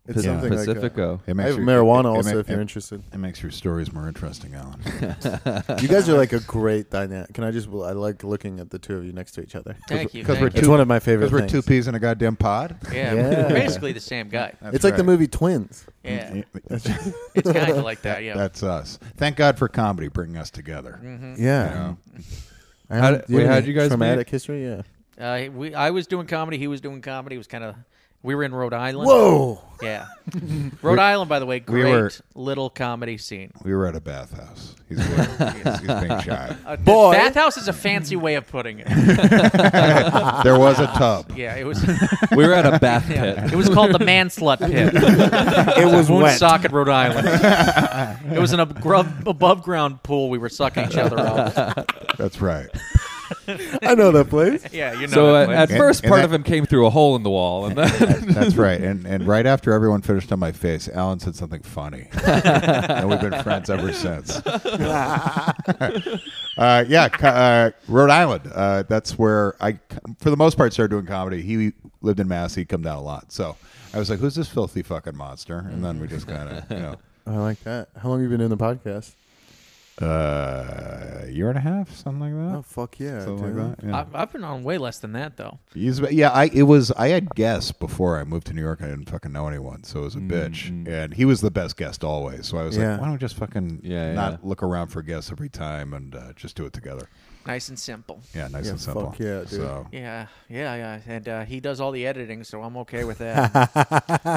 Speaker 5: It's
Speaker 2: Yeah.
Speaker 5: something like that.
Speaker 3: Pacifico.
Speaker 2: It
Speaker 5: I
Speaker 2: makes
Speaker 5: have
Speaker 2: your- it- it
Speaker 5: marijuana also
Speaker 2: ma-
Speaker 5: if you're
Speaker 2: it-
Speaker 5: interested.
Speaker 2: It makes your stories more interesting, Alan.
Speaker 5: You guys are like a great dynamic. Can I just? I like looking at the two of you next to each other.
Speaker 4: Thank you.
Speaker 2: 'cause
Speaker 4: thank
Speaker 2: we're
Speaker 4: you.
Speaker 5: It's one of my favorite.
Speaker 2: Because we're two
Speaker 5: things.
Speaker 2: peas in a goddamn pod.
Speaker 4: yeah.
Speaker 5: Yeah.
Speaker 4: Basically the same guy.
Speaker 5: It's like the movie Twins.
Speaker 4: Yeah.
Speaker 2: That's,
Speaker 3: Mm-hmm.
Speaker 4: It's kind of like that. Yeah.
Speaker 2: that's us. Thank God for comedy bringing us together. You
Speaker 5: Mm-hmm. Yeah.
Speaker 2: know?
Speaker 5: I
Speaker 3: How
Speaker 5: don't-
Speaker 3: did-
Speaker 5: do you
Speaker 3: wait,
Speaker 5: have
Speaker 3: how'd
Speaker 5: any
Speaker 3: you guys
Speaker 5: traumatic
Speaker 3: meet?
Speaker 5: history? Yeah.
Speaker 4: Uh, we, I was doing comedy. He was doing comedy. It was kind of. We were in Rhode Island.
Speaker 3: *laughs*
Speaker 5: Whoa.
Speaker 4: Yeah. Rhode Island, by the way,
Speaker 2: we
Speaker 4: great
Speaker 2: were-
Speaker 4: little comedy scene.
Speaker 2: We were at a bathhouse. He's, he's, he's being shy.
Speaker 4: *laughs* A
Speaker 5: Boy.
Speaker 4: Uh, Bathhouse is a fancy way of putting it.
Speaker 2: *laughs* There was a tub.
Speaker 4: Yeah, it was.
Speaker 3: we were *laughs* at a bath pit.
Speaker 4: It was called the Manslut Pit,
Speaker 5: It was wet.
Speaker 4: Woonsocket, Rhode Island. It was an above ground pool. We were sucking each other up.
Speaker 2: That's right.
Speaker 5: I know that place.
Speaker 4: *laughs* Yeah, you know.
Speaker 3: So
Speaker 4: that
Speaker 3: uh,
Speaker 4: place.
Speaker 3: at
Speaker 2: And-
Speaker 3: first,
Speaker 2: and
Speaker 3: part
Speaker 2: that-
Speaker 3: of him came through a hole in the wall, and
Speaker 2: *laughs*
Speaker 3: then
Speaker 2: That's right. And and right after everyone finished on my face, Alan said something funny, and we've been friends ever since. *laughs* uh, yeah, co- uh, Rhode Island. Uh, that's where I, for the most part, started doing comedy. He lived in Mass. He'd come down a lot, so I was like, "Who's this filthy fucking monster?" And then we just kind of, you know.
Speaker 5: I like that. How long have you been doing the podcast?
Speaker 2: Uh, year and a half, something like that.
Speaker 5: Oh fuck yeah.
Speaker 2: something
Speaker 5: dude.
Speaker 2: like that. Yeah.
Speaker 4: I've, I've been on way less than that though.
Speaker 2: He's- yeah, I it was I had guests before I moved to New York. I didn't fucking know anyone, so it was a bitch. And he was the best guest always. So I was
Speaker 5: Yeah.
Speaker 2: like, why don't we just fucking
Speaker 3: Yeah,
Speaker 2: not
Speaker 3: yeah.
Speaker 2: look around for guests every time and uh, just do it together?
Speaker 4: Nice and simple.
Speaker 2: Yeah, nice
Speaker 5: Yeah,
Speaker 2: and simple.
Speaker 5: fuck yeah, dude.
Speaker 2: So
Speaker 4: Yeah, yeah, yeah. And uh, he does all the editing, so I'm okay
Speaker 2: *laughs*
Speaker 4: with that.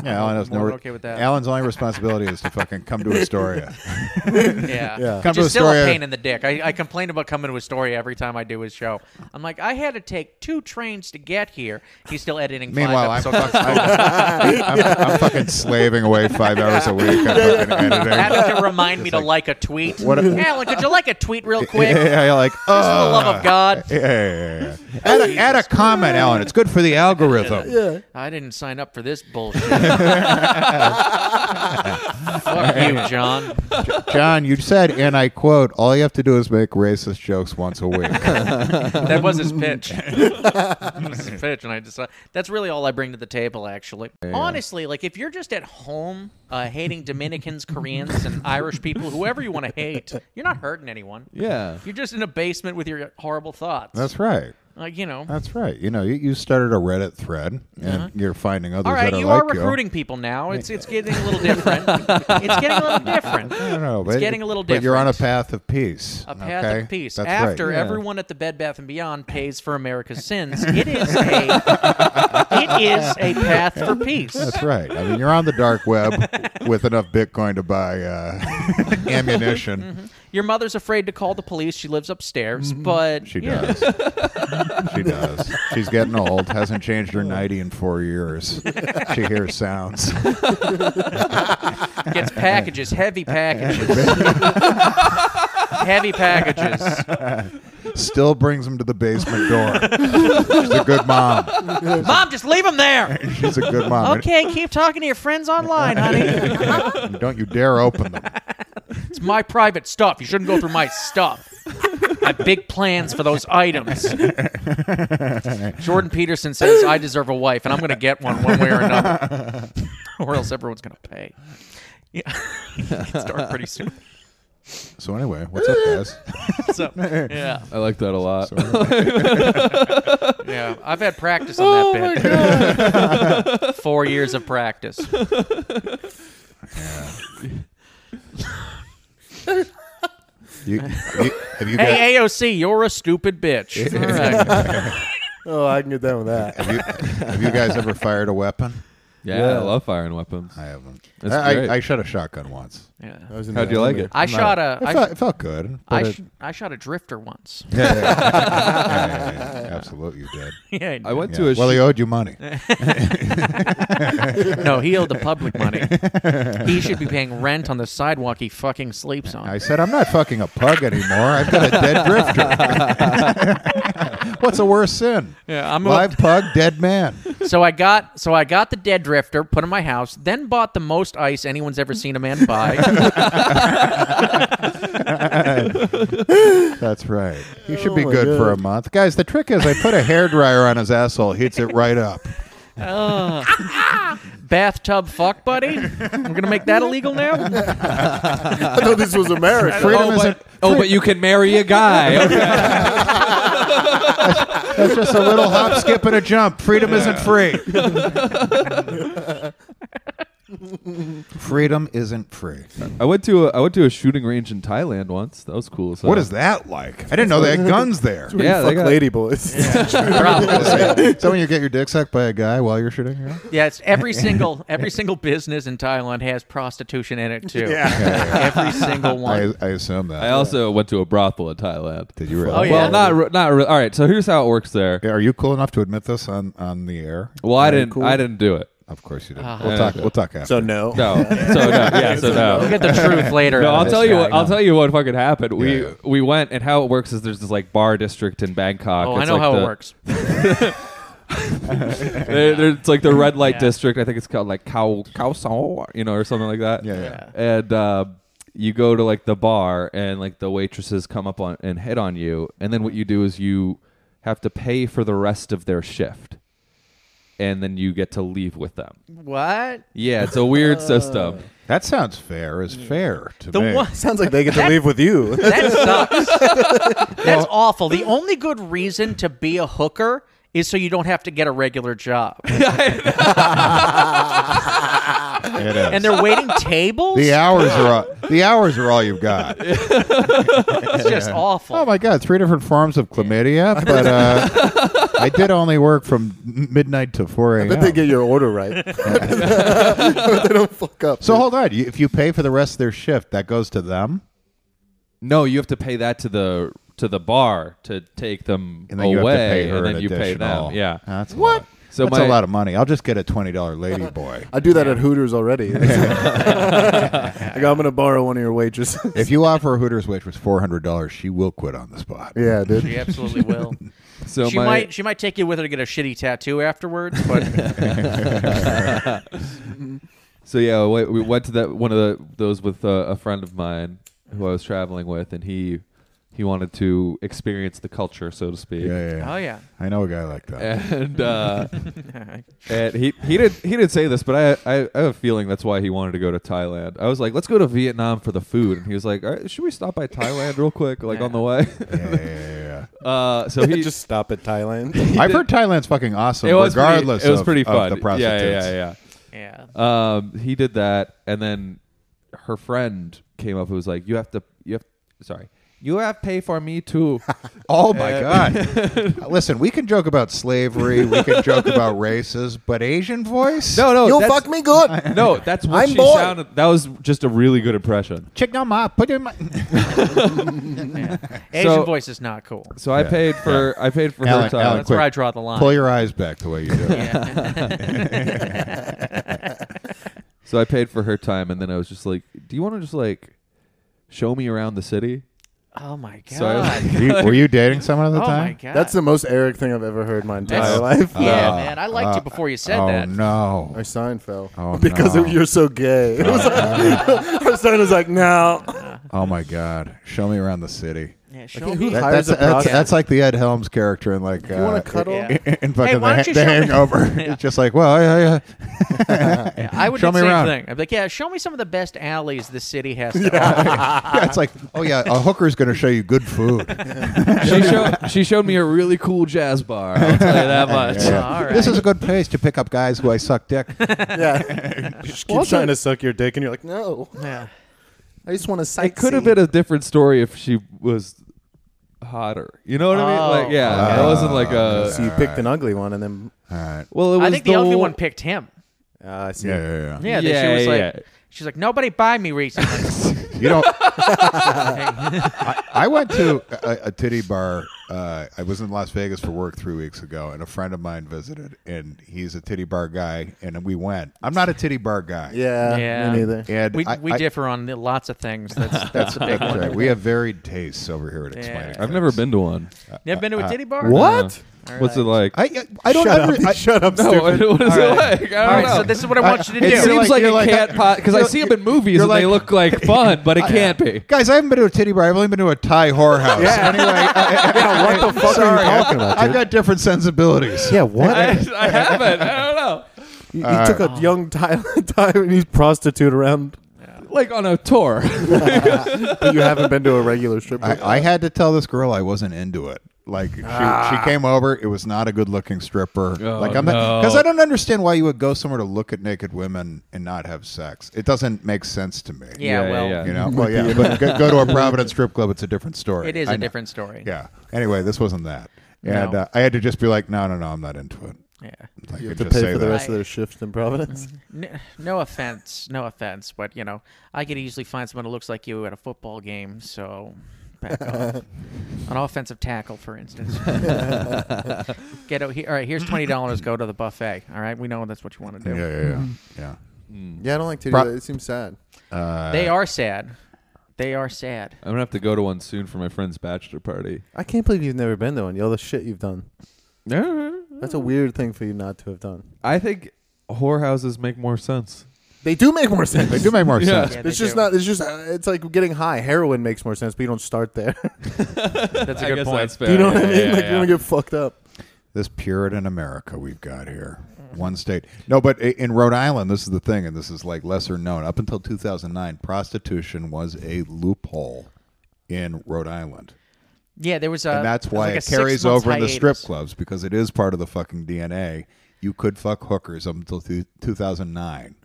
Speaker 2: yeah, Alan has
Speaker 4: more
Speaker 2: no.
Speaker 4: than okay with that.
Speaker 2: Alan's only responsibility is to fucking come to Astoria.
Speaker 4: yeah.
Speaker 5: Yeah.
Speaker 2: Come
Speaker 4: Which
Speaker 2: to
Speaker 4: is still
Speaker 2: Astoria.
Speaker 4: a pain in the dick. I, I complain about coming to Astoria every time I do his show. I'm like, I had to take two trains to get here. He's still editing
Speaker 2: Meanwhile, I'm,
Speaker 4: five
Speaker 2: fuck,
Speaker 4: episodes.
Speaker 2: *laughs* I'm, I'm, I'm fucking slaving away five hours a week on fucking editing.
Speaker 4: Having to remind me to like a tweet.
Speaker 2: What a-
Speaker 4: Alan, could you like a
Speaker 2: *laughs*
Speaker 4: tweet real quick?
Speaker 2: Yeah, yeah, like oh,
Speaker 4: For the love of God.
Speaker 2: yeah, yeah, yeah, yeah. Add, a, add a comment, Alan. It's good for the algorithm.
Speaker 4: I didn't sign up for this bullshit. Fuck you, John.
Speaker 2: John, you said, and I quote, all you have to do is make racist jokes once a
Speaker 4: *laughs*
Speaker 2: week.
Speaker 4: That was his
Speaker 2: *laughs*
Speaker 4: pitch. that was his pitch, and I decided that's really all I bring to the table. Actually, honestly, like if you're just at home uh, hating Dominicans, Koreans, and Irish people, whoever you want to hate, you're not hurting anyone.
Speaker 3: *laughs* yeah,
Speaker 4: You're just in a basement with your horrible thoughts.
Speaker 2: That's right.
Speaker 4: like you know.
Speaker 2: That's right. You know, you, you started a Reddit thread, and you're finding others
Speaker 4: Uh-huh. all right,
Speaker 2: that are
Speaker 4: you
Speaker 2: like
Speaker 4: are recruiting people now. It's it's getting a little different. it's getting a
Speaker 2: *laughs*
Speaker 4: little different.
Speaker 2: you. I don't know, but,
Speaker 4: getting a little
Speaker 2: But you're on a
Speaker 4: different.
Speaker 2: path of peace.
Speaker 4: A path
Speaker 2: okay?
Speaker 4: of peace.
Speaker 2: That's right.
Speaker 4: After
Speaker 2: Yeah.
Speaker 4: everyone at the Bed Bath and Beyond pays for America's sins, it
Speaker 2: *laughs*
Speaker 4: is a it is a path for peace.
Speaker 2: That's right. I mean, you're on the dark
Speaker 4: *laughs*
Speaker 2: web with enough Bitcoin to buy uh, ammunition.
Speaker 4: Your mother's afraid to call the police. She lives upstairs, but
Speaker 2: Mm-hmm. She
Speaker 4: yeah.
Speaker 2: does. she does. She's getting old. Hasn't changed her nighty in four years. She hears sounds. *laughs*
Speaker 4: gets packages,
Speaker 2: *laughs*
Speaker 4: heavy packages, heavy packages.
Speaker 2: Still brings him to the basement door. She's a good mom.
Speaker 4: Mom, just leave them there.
Speaker 2: She's a good mom.
Speaker 4: Okay, keep talking to your friends
Speaker 2: *laughs*
Speaker 4: online, honey.
Speaker 2: And Don't you dare open them.
Speaker 4: It's my private stuff. You shouldn't go through my stuff. I have big plans for those items. Jordan Peterson says, I deserve a wife, and I'm going to get one one way or another, *laughs* or else everyone's going to pay. Yeah. *laughs* it's dark pretty soon.
Speaker 2: So anyway, what's up, guys?
Speaker 4: So, yeah.
Speaker 3: I like that a lot.
Speaker 4: Yeah, I've had practice on that bit. *laughs* Four years of practice.
Speaker 2: You, you- have you guys?
Speaker 4: Hey AOC, you're a stupid *laughs* bitch. All right.
Speaker 5: Oh, I can get down with that.
Speaker 3: *laughs*
Speaker 2: Have you, have you guys ever fired a weapon?
Speaker 3: Yeah,
Speaker 5: Yeah.
Speaker 3: I love firing weapons.
Speaker 2: I haven't.
Speaker 3: That's
Speaker 2: I,
Speaker 3: great.
Speaker 2: I, I shot a shotgun once.
Speaker 5: I
Speaker 4: Yeah.
Speaker 5: was in
Speaker 3: How'd
Speaker 5: the
Speaker 3: you like
Speaker 5: army.
Speaker 3: it?
Speaker 4: I shot a
Speaker 2: It
Speaker 4: I,
Speaker 2: felt,
Speaker 4: sh-
Speaker 2: it felt good.
Speaker 4: I,
Speaker 2: but it-
Speaker 4: sh- I shot a drifter once.
Speaker 2: yeah, yeah, yeah. Yeah, yeah, yeah. Absolutely, you did.
Speaker 4: *laughs* yeah,
Speaker 3: I went
Speaker 2: Yeah.
Speaker 3: to a
Speaker 2: well,
Speaker 3: sh-
Speaker 2: he owed you money.
Speaker 4: no, he owed the public money. he should be paying rent on the sidewalk he fucking sleeps on.
Speaker 2: I said, I'm not fucking a pug anymore. I've got a dead drifter. *laughs* What's a worse sin?
Speaker 4: Yeah, I'm a-
Speaker 2: live pug, dead man.
Speaker 4: So I got so I got the dead drifter, put in my house, then bought the most ice anyone's ever seen a man buy.
Speaker 2: *laughs* That's right. He should be
Speaker 5: Oh my
Speaker 2: good for a
Speaker 5: God.
Speaker 2: month, guys. The trick is, I put a hairdryer on his asshole, heats it right up.
Speaker 4: Bathtub fuck buddy. I'm gonna make that illegal now.
Speaker 5: I thought this was America.
Speaker 2: Freedom
Speaker 3: oh,
Speaker 2: isn't.
Speaker 3: but, oh, but you can marry a *laughs* guy. Okay.
Speaker 2: That's just a little hop, skip, and a jump. Freedom isn't free. Freedom isn't free.
Speaker 3: I went to a, I went to a shooting range in Thailand once. That was cool. So.
Speaker 2: What is that like? I didn't know they had guns there.
Speaker 3: Yeah, they
Speaker 5: Fuck
Speaker 3: got,
Speaker 5: lady *laughs* boys.
Speaker 2: *laughs*
Speaker 4: Probably.
Speaker 2: so when you get your dick sucked by a guy while you're shooting, yeah?
Speaker 4: Yeah, it's every single every single business in Thailand has prostitution in it too. Every single
Speaker 2: I,
Speaker 4: one.
Speaker 2: I assume that.
Speaker 3: I also went to a brothel in Thailand.
Speaker 2: Did you really?
Speaker 4: Oh, yeah.
Speaker 3: Well, not re- not re- all right. So here's how it works there.
Speaker 2: Are you cool enough to admit this on, on the air?
Speaker 3: Well, I
Speaker 5: Very
Speaker 3: didn't
Speaker 5: cool.
Speaker 3: I didn't do it.
Speaker 2: Of course you did.
Speaker 4: Ah.
Speaker 2: we'll
Speaker 3: Yeah.
Speaker 2: talk. We'll talk after.
Speaker 5: So no.
Speaker 3: No. So no. Yeah. So no.
Speaker 4: We'll get the truth later.
Speaker 3: No,
Speaker 4: out of
Speaker 3: I'll
Speaker 4: this
Speaker 3: tell you
Speaker 4: guy.
Speaker 3: what. I'll tell you what fucking happened. We
Speaker 2: Yeah, yeah.
Speaker 3: we went and how it works is there's this like bar district in Bangkok.
Speaker 4: Oh, I
Speaker 3: It's
Speaker 4: know
Speaker 3: like
Speaker 4: how
Speaker 3: the-
Speaker 4: it works.
Speaker 3: *laughs* there- there- it's like the red
Speaker 4: *laughs*
Speaker 3: light
Speaker 4: Yeah.
Speaker 3: district. I think it's called like Khao Khao Sao, you know, or something like that.
Speaker 2: Yeah, yeah.
Speaker 3: And uh, you go to like the bar, and like the waitresses come up on and hit on you, and then what you do is you have to pay for the rest of their shift, and then you get to leave with them.
Speaker 4: What?
Speaker 3: Yeah, it's a weird system.
Speaker 2: that sounds fair. Is fair to
Speaker 4: The
Speaker 2: me.
Speaker 4: one
Speaker 5: *laughs* Sounds like they get to leave with you. *laughs*
Speaker 4: That sucks.
Speaker 2: *laughs*
Speaker 4: That's awful. The only good reason to be a hooker is so you don't have to get a regular
Speaker 2: *laughs*
Speaker 4: job.
Speaker 2: It
Speaker 3: *laughs*
Speaker 2: is.
Speaker 4: And they're waiting tables?
Speaker 2: the hours are all, the hours are all you've got.
Speaker 3: *laughs*
Speaker 4: It's just awful.
Speaker 2: Oh my God! Three different forms of
Speaker 3: *laughs*
Speaker 2: chlamydia, but uh, I did only work from midnight to four a.m.
Speaker 5: But they get your order right. But *laughs* they don't fuck up.
Speaker 2: so hold on. You- If you pay for the rest of their shift, that goes to them,
Speaker 3: No, you have to pay that to the to the bar to take them
Speaker 2: and then
Speaker 3: away,
Speaker 2: you have to pay her
Speaker 3: and then
Speaker 2: an
Speaker 3: you pay
Speaker 2: additional-
Speaker 3: them. Yeah.
Speaker 2: that's what.
Speaker 3: So
Speaker 2: that's
Speaker 3: my-
Speaker 2: a lot of money. I'll just get a twenty dollar
Speaker 3: *laughs*
Speaker 2: lady boy.
Speaker 5: I do that at Hooters already. *laughs* like, I'm gonna borrow one of your waitresses. *laughs*
Speaker 2: If you offer a Hooters waitress four hundred dollars, she will quit on the spot.
Speaker 5: yeah,
Speaker 4: *laughs*
Speaker 5: dude.
Speaker 4: She
Speaker 2: *laughs*
Speaker 4: absolutely will.
Speaker 3: So
Speaker 4: she
Speaker 3: my,
Speaker 4: might she might take you with her to get a shitty tattoo afterwards, but
Speaker 2: *laughs*
Speaker 3: So yeah, we, we went to that one of the those with uh, a friend of mine who I was traveling with, and he he wanted to experience the culture, so to speak.
Speaker 2: Yeah, yeah, yeah.
Speaker 4: oh yeah. *laughs*
Speaker 2: I know a guy like that.
Speaker 3: And uh, and he he did he didn't say this, but I, I I have a feeling that's why he wanted to go to Thailand. I was like, let's go to Vietnam for the food, and he was like, All right, should we stop by Thailand real quick, like on the way?
Speaker 2: Yeah, yeah, yeah,
Speaker 3: *laughs*
Speaker 5: *laughs*
Speaker 3: uh, so he
Speaker 5: Just stop at Thailand.
Speaker 2: yeah. I've heard Thailand's fucking awesome,
Speaker 3: it was pretty-
Speaker 2: regardless
Speaker 3: it was
Speaker 2: of,
Speaker 3: pretty
Speaker 2: of
Speaker 3: fun.
Speaker 2: the prostitutes.
Speaker 3: Yeah, yeah, yeah.
Speaker 4: Yeah.
Speaker 3: Um, he did that, and then her friend came up and was like, "You have to, you have, sorry, you have to pay for
Speaker 2: *laughs*
Speaker 3: me too."
Speaker 2: Oh my
Speaker 3: *laughs*
Speaker 2: god! Listen, we can joke about slavery, we can joke about races, but Asian voice?
Speaker 3: no, no,
Speaker 5: You'll
Speaker 3: that's-
Speaker 5: fuck me good.
Speaker 3: *laughs* No, that's what
Speaker 5: I'm
Speaker 3: she
Speaker 5: bored.
Speaker 3: sounded. That was just a really good impression.
Speaker 2: chick no ma. Put
Speaker 3: *laughs*
Speaker 2: in my
Speaker 4: Asian
Speaker 3: So-
Speaker 4: voice is not cool.
Speaker 3: So I
Speaker 2: Yeah.
Speaker 3: paid for, I paid for
Speaker 2: Alan-
Speaker 3: her time.
Speaker 2: Alan,
Speaker 4: That's where
Speaker 2: quick.
Speaker 4: I draw the line.
Speaker 2: pull your eyes back the way you do. it.
Speaker 4: *laughs* Yeah.
Speaker 3: So I paid for her time, and then I was just like, "Do you want to just like show me around the city?"
Speaker 4: Oh my god.
Speaker 3: So I was like-
Speaker 2: Were you, were you dating someone at the
Speaker 4: oh my
Speaker 2: time?
Speaker 4: god.
Speaker 5: That's the most Eric thing I've ever heard my entire
Speaker 4: That's-
Speaker 5: life.
Speaker 4: Yeah,
Speaker 2: Uh,
Speaker 4: man. I liked you before you said
Speaker 2: oh
Speaker 4: that.
Speaker 5: *laughs* Our
Speaker 4: *laughs*
Speaker 2: no!
Speaker 5: sign fell
Speaker 2: Oh,
Speaker 5: *laughs* because
Speaker 2: no.
Speaker 5: of- you're so gay. *laughs* It was like, our sign was like, no.
Speaker 2: *laughs* Oh my god! Show me around the city.
Speaker 4: Yeah, show me.
Speaker 5: who hi-
Speaker 2: That,
Speaker 5: Hires
Speaker 2: that's,
Speaker 5: a
Speaker 2: that's,
Speaker 5: prostitute.
Speaker 2: that's like the Ed Helms character in like
Speaker 5: You
Speaker 2: uh,
Speaker 5: want to cuddle?
Speaker 4: Yeah.
Speaker 2: in, in fucking the,
Speaker 4: why don't you
Speaker 2: the
Speaker 4: show me-
Speaker 2: Hangover. *laughs*
Speaker 4: *laughs*
Speaker 2: It's just like, well, yeah, yeah.
Speaker 4: Yeah, I would
Speaker 2: Show
Speaker 4: do the
Speaker 2: me
Speaker 4: same
Speaker 2: around.
Speaker 4: thing. I'd be like, yeah, show me some of the best alleys the city has to
Speaker 2: *laughs* yeah, it's like, oh yeah, a hooker's gonna show you good
Speaker 4: *laughs*
Speaker 2: food.
Speaker 3: *laughs* she showed, she showed me a really cool jazz bar.
Speaker 2: *laughs*
Speaker 3: I'll tell you that much.
Speaker 4: Yeah. All right.
Speaker 2: This is a good place to pick up guys who I suck
Speaker 4: *laughs*
Speaker 2: dick.
Speaker 5: Yeah. You just keep trying to suck your dick, and you're like, no.
Speaker 4: Yeah.
Speaker 5: I just want to sightsee.
Speaker 3: it could have been a different story if she was hotter. You know what I mean?
Speaker 4: Oh,
Speaker 3: Like, yeah,
Speaker 2: okay.
Speaker 3: it wasn't like a.
Speaker 5: So you picked an ugly one, and then
Speaker 2: All right.
Speaker 3: Well, it was
Speaker 4: I think the,
Speaker 3: the
Speaker 4: ugly
Speaker 3: wo-
Speaker 4: one picked him.
Speaker 5: Uh, I see.
Speaker 2: Yeah, yeah, yeah.
Speaker 4: Yeah, that she was
Speaker 3: Yeah,
Speaker 4: like,
Speaker 3: yeah.
Speaker 4: she's like, nobody buy me recently.
Speaker 2: You
Speaker 4: *laughs*
Speaker 2: don't. I, I went to a, a titty bar. Uh, I was in Las Vegas for work three weeks ago, and a friend of mine visited, and he's a titty bar guy, and we went. I'm not a titty bar guy.
Speaker 5: Yeah,
Speaker 4: Yeah.
Speaker 5: Me neither.
Speaker 2: and
Speaker 4: we
Speaker 2: I-
Speaker 4: we
Speaker 2: I-
Speaker 4: differ on lots of things. That's that's a *laughs* big
Speaker 2: That's
Speaker 4: one.
Speaker 2: right. We have varied tastes over here at Explaining.
Speaker 3: I've never
Speaker 2: Things.
Speaker 3: been to one.
Speaker 4: You ever been to a titty bar?
Speaker 5: What?
Speaker 3: What's it like?
Speaker 2: I I don't
Speaker 5: shut
Speaker 2: under,
Speaker 5: up!
Speaker 2: I,
Speaker 5: *laughs* shut up!
Speaker 3: no, *laughs*
Speaker 5: stupid.
Speaker 3: what is it
Speaker 4: All right.
Speaker 3: like? I don't
Speaker 4: All right,
Speaker 3: know.
Speaker 4: so this is what I want
Speaker 3: *laughs*
Speaker 2: I-
Speaker 4: you to do.
Speaker 3: it
Speaker 2: you're
Speaker 3: seems
Speaker 2: like-
Speaker 3: like,
Speaker 2: you're
Speaker 3: it
Speaker 2: like-
Speaker 3: can't because I
Speaker 2: you're-
Speaker 3: see them in movies
Speaker 2: you're
Speaker 3: and they
Speaker 2: like-
Speaker 3: look *laughs* like fun, but it can't be.
Speaker 2: Guys, I haven't been to a titty bar. I've only been to a Thai whorehouse.
Speaker 5: Yeah.
Speaker 2: Anyway, I,
Speaker 5: Yeah, what the fuck are you talking about,
Speaker 2: I've got different sensibilities.
Speaker 5: *laughs* Yeah, what?
Speaker 3: I, I haven't. I don't know.
Speaker 5: he took a young Thai- *laughs* Taiwanese prostitute around,
Speaker 3: Like on a *laughs* tour.
Speaker 5: but you haven't been to a regular *laughs* strip club.
Speaker 2: I, I had to tell this girl I wasn't into it. Like she, she came over, it was not a good looking stripper.
Speaker 3: Oh,
Speaker 2: like I'm
Speaker 3: no.
Speaker 2: not because I don't understand why you would go somewhere to look at naked women and not have sex. It doesn't make sense to me.
Speaker 4: Yeah,
Speaker 3: Yeah,
Speaker 4: well,
Speaker 3: yeah,
Speaker 2: You
Speaker 5: Mm-hmm.
Speaker 2: know, well, yeah, but go, go to a
Speaker 5: *laughs*
Speaker 2: Providence strip club. It's a different story.
Speaker 4: it is
Speaker 2: a
Speaker 4: a different story.
Speaker 2: Yeah. Anyway, this wasn't that, and
Speaker 4: No.
Speaker 2: uh, I had to just be like, no, no, no, I'm not into it.
Speaker 4: Yeah.
Speaker 2: Like,
Speaker 5: you have
Speaker 2: just
Speaker 5: to pay
Speaker 2: say
Speaker 5: for the
Speaker 2: that.
Speaker 5: rest of their shifts in Providence.
Speaker 3: Mm-hmm.
Speaker 4: N- no offense, no offense, but you know, I could easily find someone who looks like you at a football game. So, back off. An offensive tackle, for instance. Get out here. All right, here's twenty dollars. Go to the buffet. All right, we know that's what you want to
Speaker 2: Yeah,
Speaker 4: do.
Speaker 2: yeah,
Speaker 5: Mm-hmm.
Speaker 2: yeah.
Speaker 5: Yeah, I don't like to do
Speaker 2: Pro-
Speaker 5: that. It seems sad.
Speaker 2: yeah. Uh,
Speaker 4: They are sad. They are sad.
Speaker 3: I'm gonna have to go to one soon for my friend's bachelor party.
Speaker 5: I can't believe you've never been to one. All the shit you've done. That's a weird thing for you not to have done.
Speaker 3: I think whorehouses make more sense.
Speaker 5: They do make more sense.
Speaker 2: They do make more
Speaker 3: Yeah.
Speaker 2: sense.
Speaker 4: Yeah,
Speaker 5: It's
Speaker 4: they
Speaker 5: just
Speaker 4: do.
Speaker 5: not. It's just. uh, It's like getting high. Heroin makes more sense, but you don't start there.
Speaker 4: *laughs*
Speaker 5: *laughs*
Speaker 4: That's a
Speaker 3: I
Speaker 4: good
Speaker 3: guess
Speaker 4: point.
Speaker 3: that's fair.
Speaker 5: do you know what I
Speaker 3: Yeah,
Speaker 5: mean?
Speaker 3: yeah,
Speaker 5: like
Speaker 3: yeah.
Speaker 5: you want to get fucked up.
Speaker 2: this Puritan America we've got here. One state. No, but i- in Rhode Island, this is the thing, and this is like lesser known. Up until 2009, prostitution was a loophole in Rhode Island.
Speaker 4: yeah, there was a.
Speaker 2: And that's
Speaker 4: there was
Speaker 2: why
Speaker 4: Uh, like a
Speaker 2: it carries
Speaker 4: six-month
Speaker 2: over in the strip
Speaker 4: hiatus.
Speaker 2: clubs because it is part of the fucking DNA. You could fuck hookers up until th- 2009.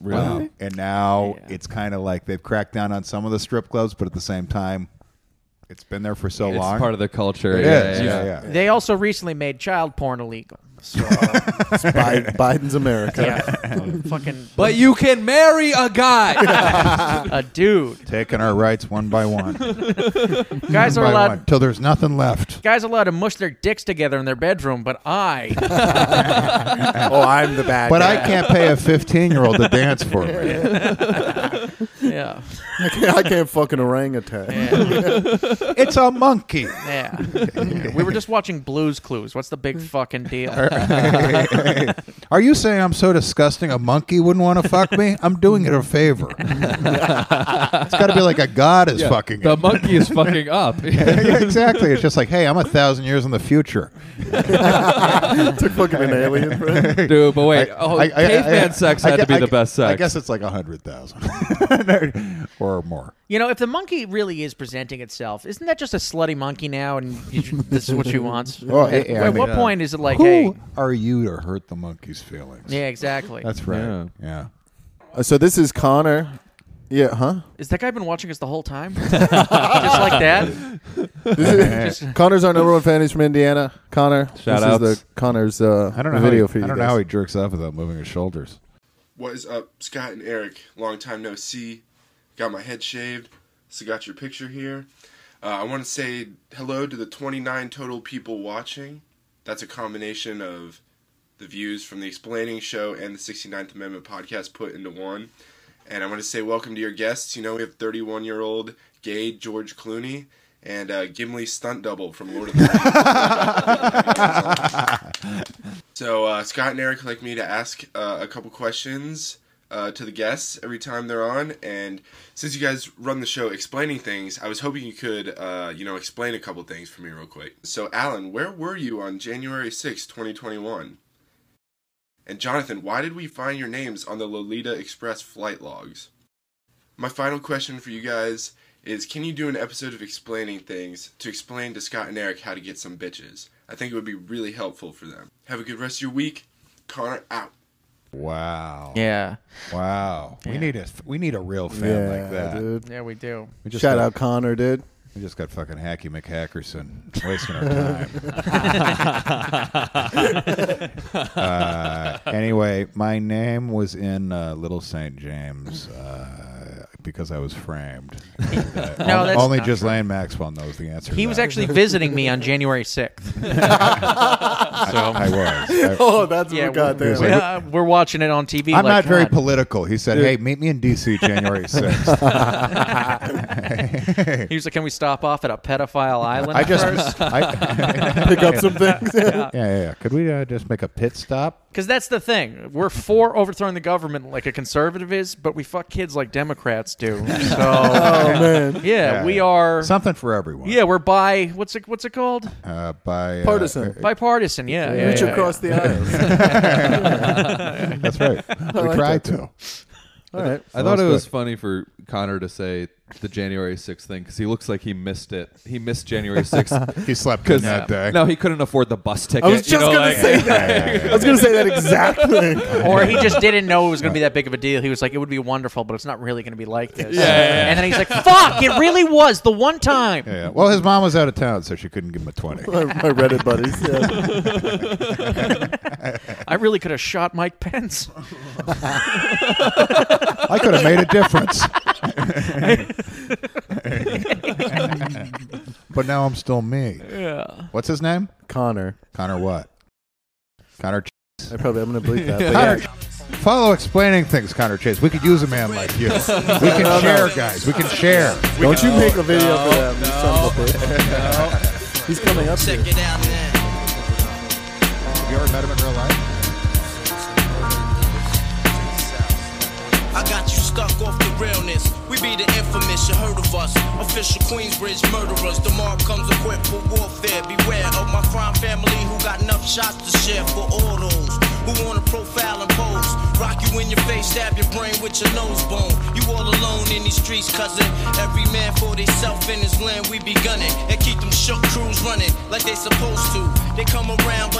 Speaker 3: Really?
Speaker 2: Um, and now it's kind of like they've cracked down on some of the strip clubs, but at the same time, it's been there for so
Speaker 3: It's
Speaker 2: long.
Speaker 3: part of the culture.
Speaker 2: It
Speaker 3: yeah,
Speaker 2: is,
Speaker 3: yeah,
Speaker 2: yeah,
Speaker 3: yeah.
Speaker 2: *laughs* yeah.
Speaker 4: They also recently made child porn illegal.
Speaker 2: *laughs*
Speaker 4: So,
Speaker 5: It's
Speaker 4: *laughs*
Speaker 5: Bi- Biden's America.
Speaker 4: yeah, *laughs* fucking
Speaker 3: But you can marry a guy.
Speaker 4: a dude.
Speaker 2: Taking our rights one by *laughs* one.
Speaker 4: Guys are
Speaker 2: by
Speaker 4: allowed.
Speaker 2: one, till there's nothing left.
Speaker 4: Guys are allowed to mush their dicks together in their bedroom, but I.
Speaker 5: *laughs*
Speaker 2: *laughs*
Speaker 5: Oh, I'm the bad.
Speaker 2: But
Speaker 5: guy.
Speaker 2: I can't pay a 15 year old to dance for
Speaker 3: *laughs*
Speaker 2: me.
Speaker 4: Yeah.
Speaker 5: *laughs* I can't, I can't fucking orangutan.
Speaker 4: Yeah.
Speaker 2: It's a
Speaker 3: *laughs*
Speaker 2: monkey.
Speaker 4: yeah. Yeah. We were just watching Blues Clues. What's the big fucking deal?
Speaker 2: *laughs* Are you saying I'm so disgusting a monkey wouldn't want to fuck me? I'm doing it a favor.
Speaker 3: *laughs*
Speaker 2: it's got to be like a god is *laughs* fucking
Speaker 3: the
Speaker 2: it.
Speaker 3: monkey is
Speaker 2: *laughs*
Speaker 3: fucking up.
Speaker 2: yeah, exactly. It's just like, hey, I'm a thousand years in the
Speaker 3: *laughs*
Speaker 2: future.
Speaker 5: Took fucking an alien.
Speaker 2: *laughs*
Speaker 5: For it.
Speaker 3: Dude, but wait. oh,
Speaker 2: I- I- I-
Speaker 3: caveman
Speaker 2: I-
Speaker 3: sex
Speaker 2: I
Speaker 3: had
Speaker 2: gu-
Speaker 3: to be
Speaker 2: I
Speaker 3: the
Speaker 2: gu-
Speaker 3: best sex.
Speaker 2: I guess it's like a 100,000 *laughs* or more.
Speaker 4: You know, if the monkey really is presenting itself, isn't that just a slutty monkey now? And you, should- this is what she wants.
Speaker 2: Oh, yeah,
Speaker 4: At,
Speaker 2: yeah, I
Speaker 4: at what
Speaker 2: mean,
Speaker 4: point is it like,
Speaker 2: Who
Speaker 4: hey?
Speaker 2: are you to hurt the monkey's feelings?
Speaker 4: Yeah, exactly.
Speaker 2: That's right.
Speaker 3: Yeah.
Speaker 2: yeah.
Speaker 5: Uh, so this is Connor.
Speaker 4: *laughs*
Speaker 5: Yeah, huh?
Speaker 4: Is that guy been watching us the
Speaker 2: *laughs*
Speaker 4: whole time? just like that?
Speaker 5: This is- Connor's our number one fan. He's from Indiana. Connor,
Speaker 3: Shout
Speaker 5: this is
Speaker 3: outs.
Speaker 5: the Connor's uh,
Speaker 2: I don't know
Speaker 5: video
Speaker 2: how he,
Speaker 5: for you.
Speaker 2: I don't know
Speaker 5: guys.
Speaker 2: how he jerks off without moving his shoulders.
Speaker 6: What is up, Scott and Eric? Long time no see. Got my head shaved, so got your picture here. Uh, I want to say hello to the 29 total people watching. That's a combination of the views from the Explaining Show and the 69th Amendment podcast put into one. And I want to say welcome to your guests. You know, we have 31 year old gay George Clooney and uh, Gimli's stunt double from Lord of the Rings. So uh, Scott and Eric like me to ask uh, a couple questions uh, to the guests every time they're on, and since you guys run the show explaining things, I was hoping you could, uh, you know, explain a couple things for me real quick. So Alan, where were you on January sixth, twenty 2021? And Jonathan, why did we find your names on the Lolita Express flight logs? My final question for you guys is can you do an episode of explaining things to explain to Scott and Eric how to get some bitches? I think it would be really helpful for them. Have a good rest of your week. Connor out.
Speaker 2: Wow.
Speaker 4: Yeah.
Speaker 2: Wow, we
Speaker 4: Yeah.
Speaker 2: need a we need a real fan
Speaker 5: Yeah,
Speaker 2: like that.
Speaker 5: dude.
Speaker 4: Yeah, we do.
Speaker 2: We just
Speaker 5: Shout
Speaker 2: got-
Speaker 4: *laughs*
Speaker 5: out Connor, dude.
Speaker 2: We just got fucking Hacky McHackerson wasting our time.
Speaker 4: *laughs*
Speaker 2: uh, anyway, my name was in uh, Little St. James uh, because I was framed. And, uh,
Speaker 4: *laughs* No,
Speaker 2: on-
Speaker 4: that's
Speaker 2: only
Speaker 4: not
Speaker 2: just
Speaker 4: true.
Speaker 2: Land Maxwell knows the answer. to
Speaker 4: He was
Speaker 2: that.
Speaker 4: actually visiting me on
Speaker 2: *laughs*
Speaker 4: January 6th.
Speaker 2: I was. I-
Speaker 5: Oh, that's
Speaker 4: Yeah,
Speaker 5: what got there.
Speaker 2: Like-
Speaker 5: *laughs*
Speaker 4: Uh, we're watching it on TV.
Speaker 2: I'm
Speaker 4: like,
Speaker 2: not very
Speaker 4: God.
Speaker 2: political. He said, "Hey, meet me in D.C.
Speaker 4: *laughs*
Speaker 2: January
Speaker 5: *laughs*
Speaker 2: 6th.
Speaker 4: He was like, "Can we stop off at a pedophile island?"
Speaker 2: I just *laughs*
Speaker 4: first?
Speaker 2: I,
Speaker 5: *laughs* Pick up
Speaker 4: *laughs*
Speaker 5: some things.
Speaker 2: Yeah, yeah, yeah. Could we uh, just make a pit stop?
Speaker 4: Because that's the thing. We're for overthrowing the government like a conservative is, but we fuck kids like
Speaker 2: *laughs*
Speaker 4: Democrats do. So,
Speaker 5: oh man,
Speaker 4: yeah, we are.
Speaker 2: Something for everyone.
Speaker 4: Yeah, we're bi. What's it? What's it called?
Speaker 2: Uh, by uh,
Speaker 5: partisan.
Speaker 4: Bipartisan. Yeah, yeah,
Speaker 5: Reach
Speaker 4: yeah,
Speaker 5: across the
Speaker 2: *laughs*
Speaker 5: aisles.
Speaker 4: *laughs*
Speaker 2: That's
Speaker 5: *laughs*
Speaker 2: right. we
Speaker 5: like
Speaker 2: tried
Speaker 5: that.
Speaker 2: to.
Speaker 5: All right.
Speaker 3: I thought it was funny for Connor to say the January 6th thing because he looks like he missed it. He missed
Speaker 2: *laughs*
Speaker 3: January 6th.
Speaker 2: He slept in
Speaker 3: Because
Speaker 2: that day.
Speaker 3: no, he couldn't afford the bus ticket.
Speaker 5: I was
Speaker 3: you
Speaker 5: just
Speaker 3: know,
Speaker 5: gonna
Speaker 3: like-
Speaker 5: *laughs* say that. I was gonna say that exact thing.
Speaker 4: yeah. Or
Speaker 3: *laughs*
Speaker 4: he just didn't know it was going to be that big of a deal. He was like, "It would be wonderful, but it's not really going to be like this."
Speaker 3: Yeah, yeah, yeah.
Speaker 4: And then he's like, "Fuck! It really was the one time."
Speaker 2: Yeah. Well, his mom was out of town, so she couldn't give him a
Speaker 5: *laughs*
Speaker 2: twenty.
Speaker 5: *laughs* My, my Reddit buddies. Yeah.
Speaker 4: I really could have shot Mike Pence.
Speaker 2: I could have made a
Speaker 5: *laughs*
Speaker 2: difference. *laughs* but now I'm still me.
Speaker 4: Yeah.
Speaker 2: What's his name?
Speaker 5: Connor.
Speaker 2: Connor what? Connor. Ch-
Speaker 5: I probably I'm gonna bleep that.
Speaker 2: Connor.
Speaker 5: But
Speaker 2: Ch- Follow explaining things, Connor Chase. We could use a man like *laughs* you. We can share, guys. We can share.
Speaker 5: yeah. Don't you make a video for them, you son of a bitch. He's coming
Speaker 1: *laughs*
Speaker 5: up.
Speaker 1: Check
Speaker 5: Here.
Speaker 1: it out now.
Speaker 2: Have you ever met him in real life?
Speaker 1: I got you stuck off the realness. We be the infamous, you heard of us. Official Queensbridge murderers. The mob comes equipped for warfare. Beware of my crime family who got enough shots to share for all those who wanna profile and pose. Rock you in your face, stab your brain with your nose bone. You all alone in these streets, cousin. Every man for theyself in his land. We be gunning and keep them shook crews running like they supposed to. They come around, but